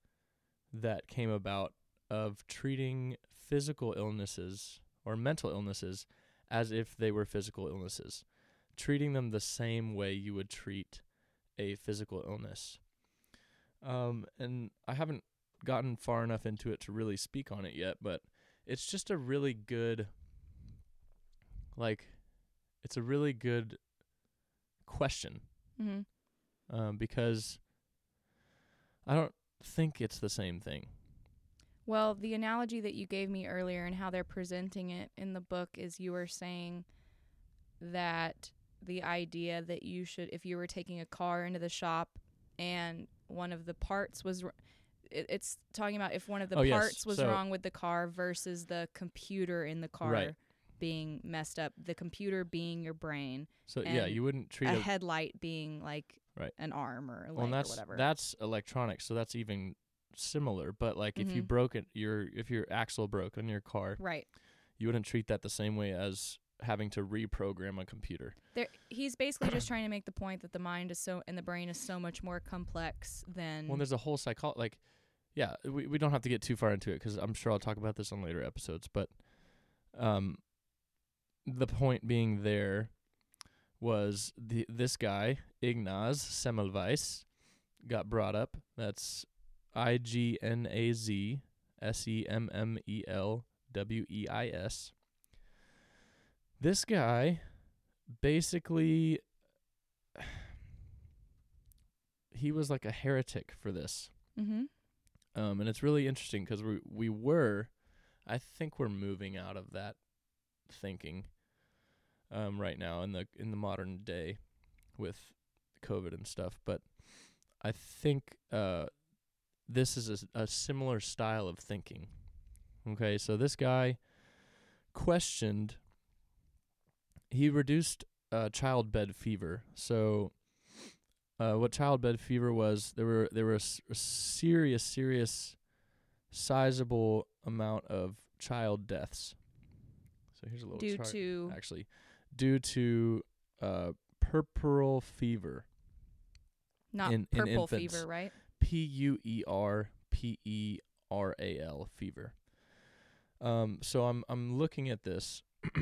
that came about of treating physical illnesses or mental illnesses as if they were physical illnesses, treating them the same way you would treat a physical illness. Um, and I haven't gotten far enough into it to really speak on it yet, but it's just a really good, like, it's a really good question
Mm-hmm.
um, because I don't think it's the same thing.
Well, the analogy that you gave me earlier and how they're presenting it in the book is you were saying that the idea that you should, if you were taking a car into the shop and one of the parts was, r- it, it's talking about if one of the
Oh, yes.
parts was
So-
wrong with the car versus the computer in the car
Right.
being messed up, the computer being your brain,
So yeah,
And
you wouldn't treat
a
it.
headlight being like
Right.
an arm or a leg
well, and
or
that's
whatever.
that's electronic, so that's even similar. But like if you
Mhm.
broke it, your if your axle broke on your car,
right.
you wouldn't treat that the same way as having to reprogram a computer.
There, he's basically just trying to make the point that the mind is so and the brain is so much more complex than.
Well, there's a whole psycho like, yeah, we we don't have to get too far into it because I'm sure I'll talk about this on later episodes. But, um, the point being there was the this guy Ignaz Semmelweis got brought up. That's I G N A Z S E M M E L W E I S. This guy basically he was like a heretic for this.
Mm-hmm.
Um, and it's really interesting because we we were, I think we're moving out of that thinking, um, right now in the in the modern day, with COVID and stuff. But I think uh, this is a, s- a similar style of thinking. Okay, so this guy questioned. He reduced uh, childbed fever. So uh, what childbed fever was there were there were a, s- a serious serious sizable amount of child deaths so here's a little
Due
chart
to
actually due to uh, purpural fever
not
in- in
purple
infants.
fever, right?
P U E R P E R A L fever. Um, so I'm I'm looking at this. [CLEARS THROAT]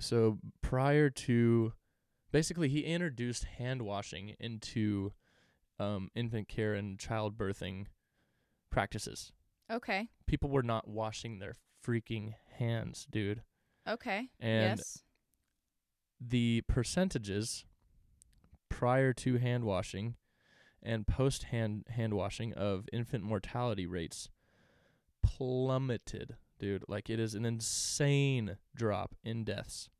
so prior to, basically, he introduced hand washing into um, infant care and childbirthing practices.
Okay.
People were not washing their freaking hands, dude.
Okay.
And
yes.
the percentages prior to hand washing and post hand hand washing of infant mortality rates plummeted, dude. Like it is an insane drop in deaths.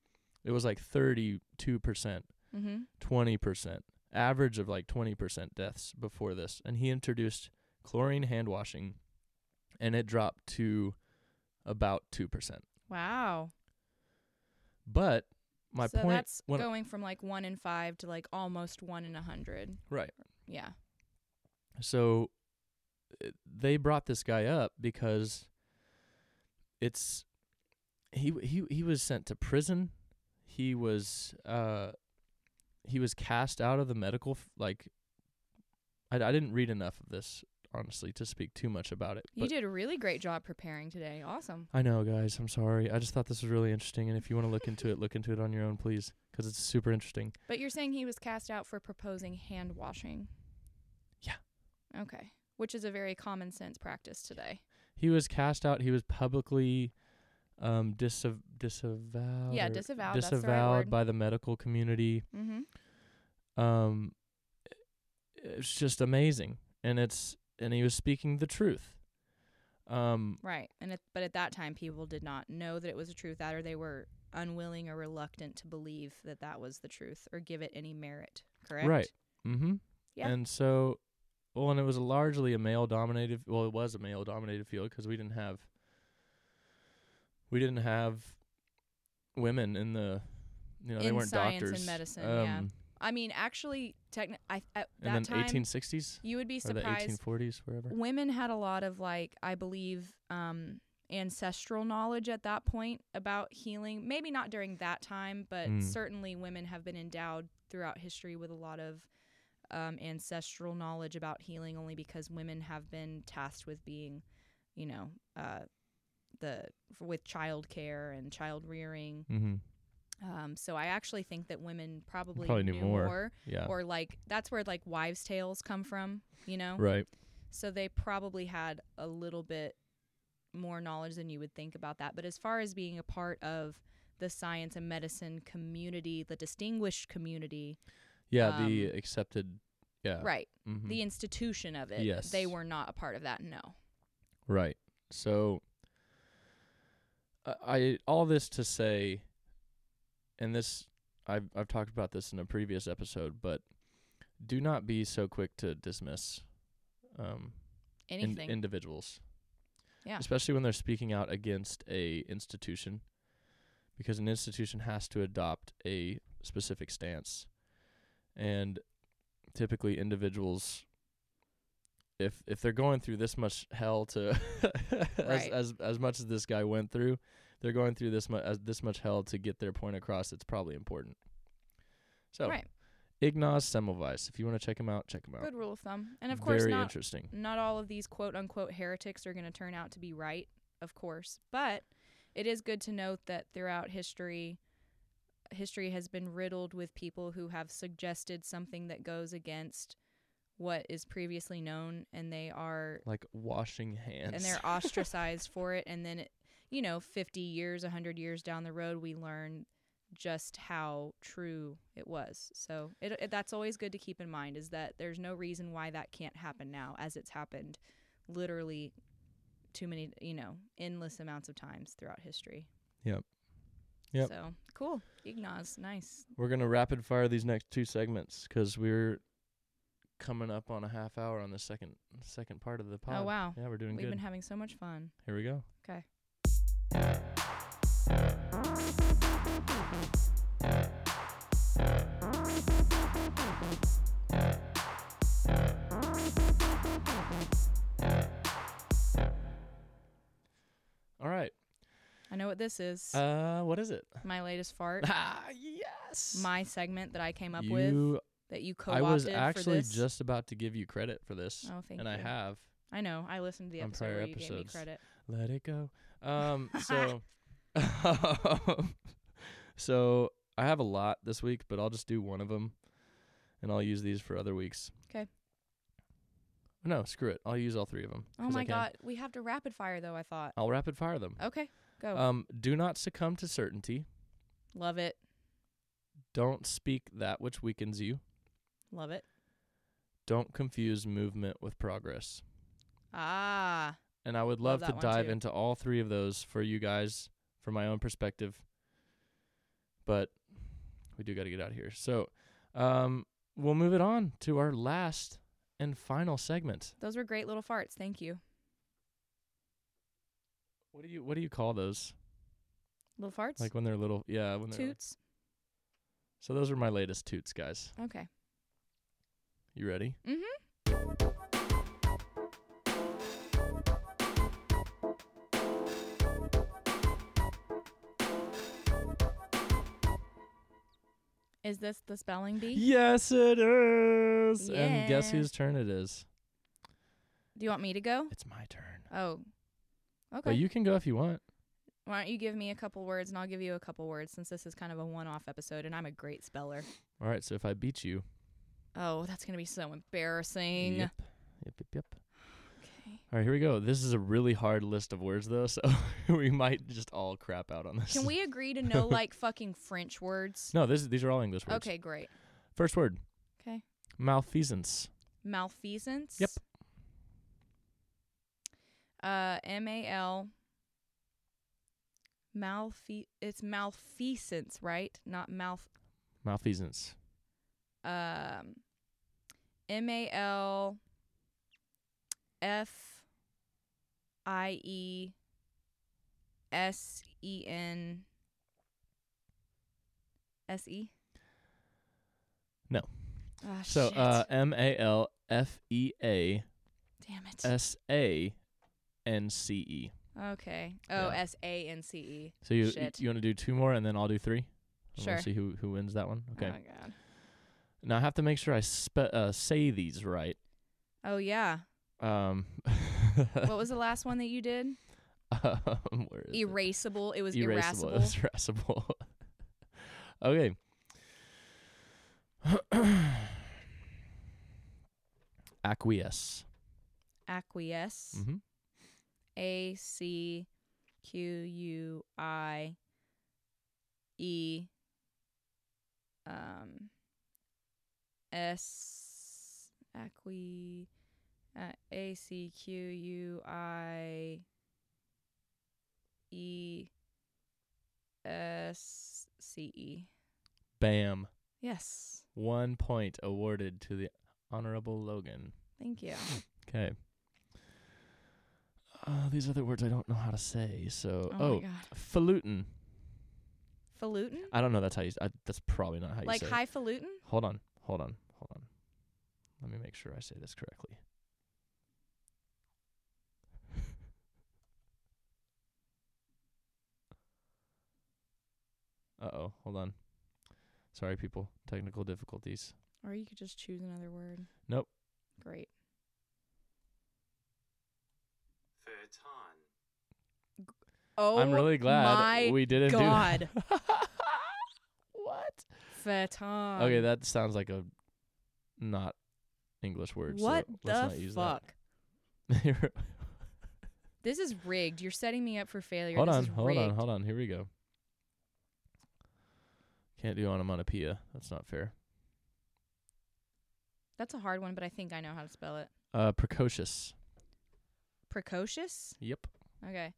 It was like 32%,
Mm-hmm.
20%, average of like 20% deaths before this. And he introduced chlorine hand washing and it dropped to about 2%.
Wow.
But my
so
point
that's
when-
going from like one in five to like almost one in a hundred.
right.
Yeah.
so uh, they brought this guy up because it's he w- he he was sent to prison. He was uh he was cast out of the medical f- like I I didn't read enough of this honestly to speak too much about it.
You
but
did a really great job preparing today. Awesome.
I know guys, I'm sorry. I just thought this was really interesting and if you want to look into it, look into it on your own please cuz it's super interesting.
But you're saying he was cast out for proposing hand washing.
Yeah.
Okay. Which is a very common sense practice today.
He was cast out. He was publicly um disav- disavowed.
Yeah,
or-
disavowed, that's the right
Disavowed
word.
by the medical community.
Mm-hmm.
Um, i- it's just amazing, and it's and he was speaking the truth. Um,
Right. And it, but at that time, people did not know that it was the truth, that or they were unwilling or reluctant to believe that that was the truth or give it any merit. Correct.
Right. Mm-hmm.
Yeah.
And so, well, and it was largely a male dominated. Well, it was a male dominated field because we didn't have. We didn't have, women in the, you know, they
In
weren't
science and
doctors.
medicine,
um,
yeah. I mean, actually, techni- I, at
And
that
then
time,
1860s
you would be
or the
surprised.
1840s, wherever.
Women had a lot of like, I believe, um, ancestral knowledge at that point about healing. Maybe not during that time, but
Mm.
certainly women have been endowed throughout history with a lot of um, ancestral knowledge about healing, only because women have been tasked with being, you know, uh, the f- with child care and child rearing.
Mm-hmm.
Um, so I actually think that women probably,
Probably knew more.
more
Yeah.
or like that's where like wives tales come from you know
right.
so they probably had a little bit more knowledge than you would think about that but as far as being a part of the science and medicine community the distinguished community
Yeah. the
Um,
accepted. Yeah.
right
Mm-hmm.
the institution of it
Yes.
they were not a part of that no
Right. So I, I all this to say and this I've I've talked about this in a previous episode, but do not be so quick to dismiss um in-
anything
individuals.
Yeah.
Especially when they're speaking out against a institution because an institution has to adopt a specific stance. And typically individuals if if they're going through this much hell to [LAUGHS] as,
Right.
as as much as this guy went through, they're going through this much as this much hell to get their point across, it's probably important. So
Right.
Ignaz Semmelweis. If you want to check him out, check him out.
good rule of thumb and of course
Very
not
interesting.
not all of these quote unquote heretics are going to turn out to be right, of course, but it is good to note that throughout history, history has been riddled with people who have suggested something that goes against what is previously known and they are
like washing hands.
and
[LAUGHS]
they're ostracized for it and then it, you know 50 years 100 years down the road we learn just how true it was so it, it, that's always good to keep in mind is that there's no reason why that can't happen now as it's happened literally too many you know endless amounts of times throughout history
Yep. Yep.
so cool ignaz nice
We're gonna rapid fire these next two segments because we're coming up on a half hour on the second second part of the pod.
Oh, wow.
Yeah, we're doing
we've
good.
been having so much fun
Here we go.
okay
All right.
i know what this is
Uh, what is it?
my latest
[LAUGHS]
fart
Ah, yes.
my segment that i came up with
you,
that you
I
co-opted
was
for
actually
this
just about to give you credit for this,
oh thank
and
you
I have.
I know. I listened to the
on
episode
prior
where you gave me
episodes.
credit. Oh
Let it go.
[LAUGHS]
Um, so, [LAUGHS] so I have a lot this week, but I'll just do one of them, and I'll use these for other weeks.
'Kay.
No, screw it. I'll use all three of them.
Oh my god, we have to rapid fire though. I thought.
I'll rapid fire them.
Okay, go.
Um, do not succumb to certainty.
love it.
Don't speak that which weakens you.
Love it.
Don't confuse movement with progress.
Ah,
And I would
Love
love,
that
to
one
dive
too.
into all three of those for you guys from my own perspective. But we do got to get out of here. So um, we'll move it on to our last and final segment.
those were great little farts. Thank you.
What do you what do you call those?
Little farts.
Like when they're little yeah, when they're
Toots.
So those are my latest toots, guys.
Okay.
You ready?
Mhm. Is this the spelling bee?
Yes it is. And guess
Yeah.
whose turn it is?
Do you want me to go?
It's my turn.
Oh. Okay.
But you can go if you want.
Why don't you give me a couple words and I'll give you a couple words since this is kind of a one-off episode and I'm a great speller.
All right, so if I beat you.
Oh, that's gonna be so embarrassing.
Yep. Yep, yep, yep.
Okay.
All right, here we go. This is a really hard list of words, though, [LAUGHS] so we might just all crap out on this.
Can we agree to no like fucking French words?
[LAUGHS] No, this, these are all English words.
Okay, great.
First word,
Okay.
malfeasance.
Malfeasance.
Yep.
Uh, M A L. Malfe. It's malfeasance, right? Not malf.
Malfeasance.
Um. M A L. F. I E. S E N. S E.
No.
Ah,
So,
shit.
uh, M A L F E A
Damn it.
S A N C E.
Okay. O
Yeah.
S A N C E.
So you you,
Shit.
you want to do two more, and then I'll do three. And
Sure.
We'll see who who wins that one. Okay.
Oh god.
now I have to make sure I spe- uh, say these right.
Oh yeah.
Um. [LAUGHS]
What was the last one that you did?
um, where is [LAUGHS] it?
Erasable. It was
erasable. [LAUGHS]
erasable.
It was erasable. [LAUGHS] okay. [CLEARS THROAT] Acquiesce.
Acquiesce.
Mm-hmm.
A C Q U I E um S acqui uh, A C Q U I E S C E.
Bam.
Yes.
One point awarded to the honorable Logan.
Thank
[LAUGHS]
you.
Okay. Uh, these other words I don't know how to say. So,
Oh,
oh,
my god.
falutin.
Falutin?
I don't know. That's how you. s- I, that's probably not how you
Like
say. it.
highfalutin?
Hold on. Hold on. Hold on. Let me make sure I say this correctly. [LAUGHS] uh oh. Hold on. Sorry, people. Technical difficulties.
Or you could just choose another word.
Nope.
Great. Oh,
I'm really glad
my
we didn't
God.
do that. [LAUGHS] what?
Fertan.
okay, that sounds like a not English word. so
what
let's
the
not use that.
fuck?
[LAUGHS]
This is rigged. You're setting me up for failure.
hold
this
on,
is
hold
rigged.
on, hold on. Here we go. Can't do onomatopoeia. That's not fair.
That's a hard one, but I think I know how to spell it.
Uh, precocious.
Precocious.
Yep.
Okay.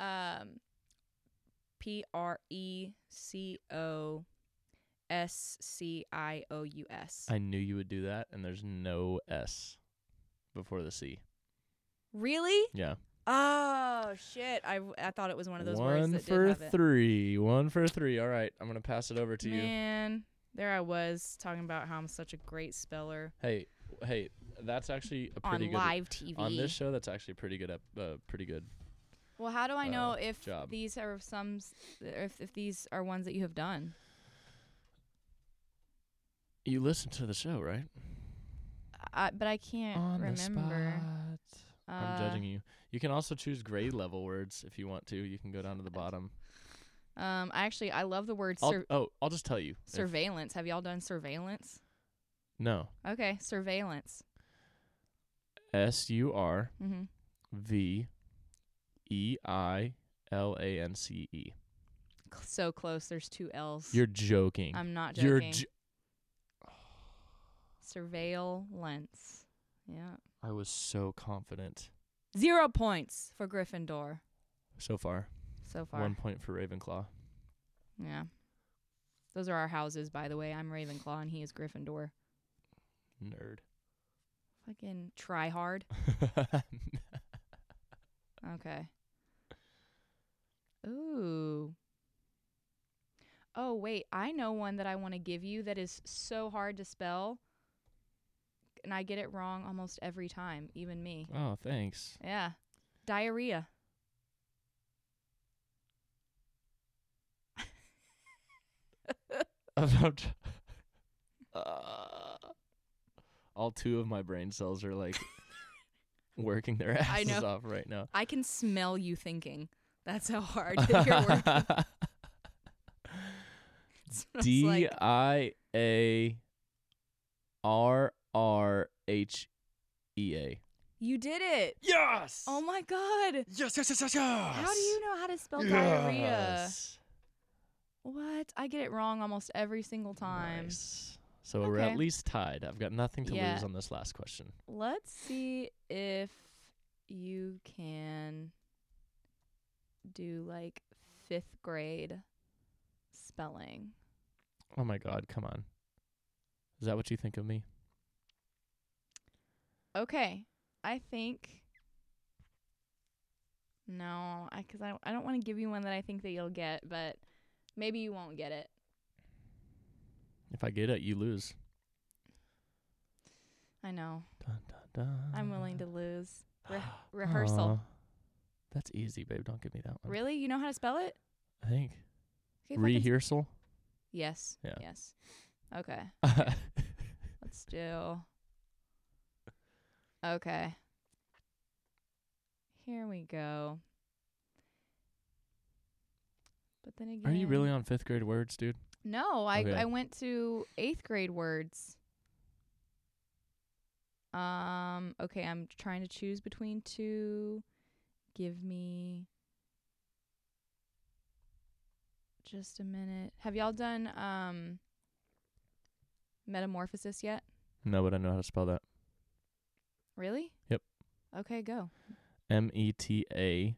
Um, P R E C O S C I O U S.
I knew you would do that, and there's no S before the C.
Really?
Yeah.
Oh shit! I, w- I thought it was one of those words that
for
did have it.
three. One for three. All right. I'm going to pass it over to you.
Man, there I was talking about how I'm such a great speller
Hey, hey, that's actually a
on
pretty good.
live TV.
On this show, that's actually pretty good. Up, uh, pretty good.
well, how do I know
uh,
if
job.
these are some, s- if if these are ones that you have done?
You listen to the show, right?
I, but I can't
On
remember.
the spot. I'm
Uh,
judging you. You can also choose grade level words if you want to. You can go down to the bottom.
Um, I actually I love the word
I'll,
sur-
oh, I'll just tell you. if-
surveillance. Have y'all done surveillance?
no.
Okay, surveillance.
S U R
Mm-hmm.
V E I L A N C E.
So close. There's two L's.
You're joking.
I'm not
You're
joking.
[SIGHS] jo-
surveillance. Yeah.
I was so confident
Zero points for Gryffindor
so far.
so far.
One point for Ravenclaw.
Yeah. Those are our houses, by the way. I'm Ravenclaw and he is Gryffindor.
Nerd.
Fucking try hard. Okay. Ooh. Oh, wait. I know one that I want to give you that is so hard to spell. And I get it wrong almost every time, even me.
[LAUGHS] oh, thanks.
Yeah. Diarrhea.
About.
[LAUGHS]
Uh, all two of my brain cells are
[LAUGHS]
like working their asses
I know.
off right now.
I can smell you thinking. That's how hard [LAUGHS] your work
[LAUGHS]
smells
D
like.
I A R R H E A.
You did it.
Yes.
Oh my god.
yes, yes, yes, yes, yes.
How do you know how to spell diarrhea?
Yes.
What? I get it wrong almost every single time.
Nice. So we're at
Okay.
least tied. I've got nothing to
Yeah.
lose on this last question.
Let's see if you can do like fifth grade spelling.
Oh my God! Come on. Is that what you think of me?
Okay. I think. No, I because I, I don't want to give you one that I think that you'll get, but maybe you won't get it.
If I get it, you lose.
I know.
Dun, dun, dun.
I'm willing to lose.
[GASPS]
Re- rehearsal.
Aw. That's easy, babe. Don't give me that one.
Really? You know how to spell it?
I think
Okay, if I can s-
rehearsal. [LAUGHS]
Yes.
Yeah.
Yes. Okay.
I
Let's do. Okay. Here we go. But then again,
Are you really on fifth grade words, dude?
No, I
Okay.
I went to eighth grade words. Um. Okay, I'm trying to choose between two. Give me just a minute. Have y'all done um metamorphosis yet?
No, but I know how to spell that.
Really?
Yep.
Okay, go.
M E T A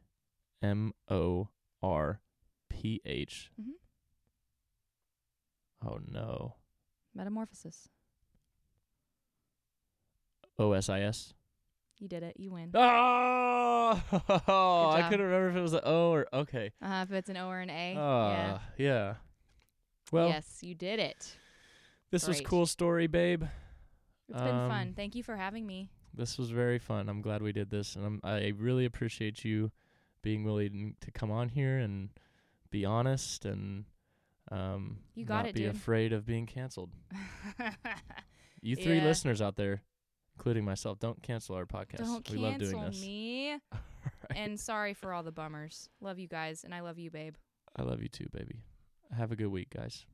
M O R P H.
Mhm.
Oh no.
Metamorphosis.
O S I S.
You did it. You win.
Oh, [LAUGHS] I
job.
couldn't remember if it was an O or okay.
Uh, if it's an O or an A. yeah.
Ah, yeah. Well,
yes, you did it.
this was
great.
cool story, babe.
It's been fun.
Um,
Thank you for having me.
This was very fun. I'm glad we did this, and I'm, I really appreciate you being willing to come on here and be honest and um,
You got
not
it,
be
dude.
afraid of being canceled. You three
Yeah.
listeners out there, including myself, don't cancel our podcast.
Don't
we love doing
cancel
this.
me.
[LAUGHS] All right.
And sorry for all the bummers. Love you guys, and I love you, babe.
I love you too, baby. Have a good week, guys.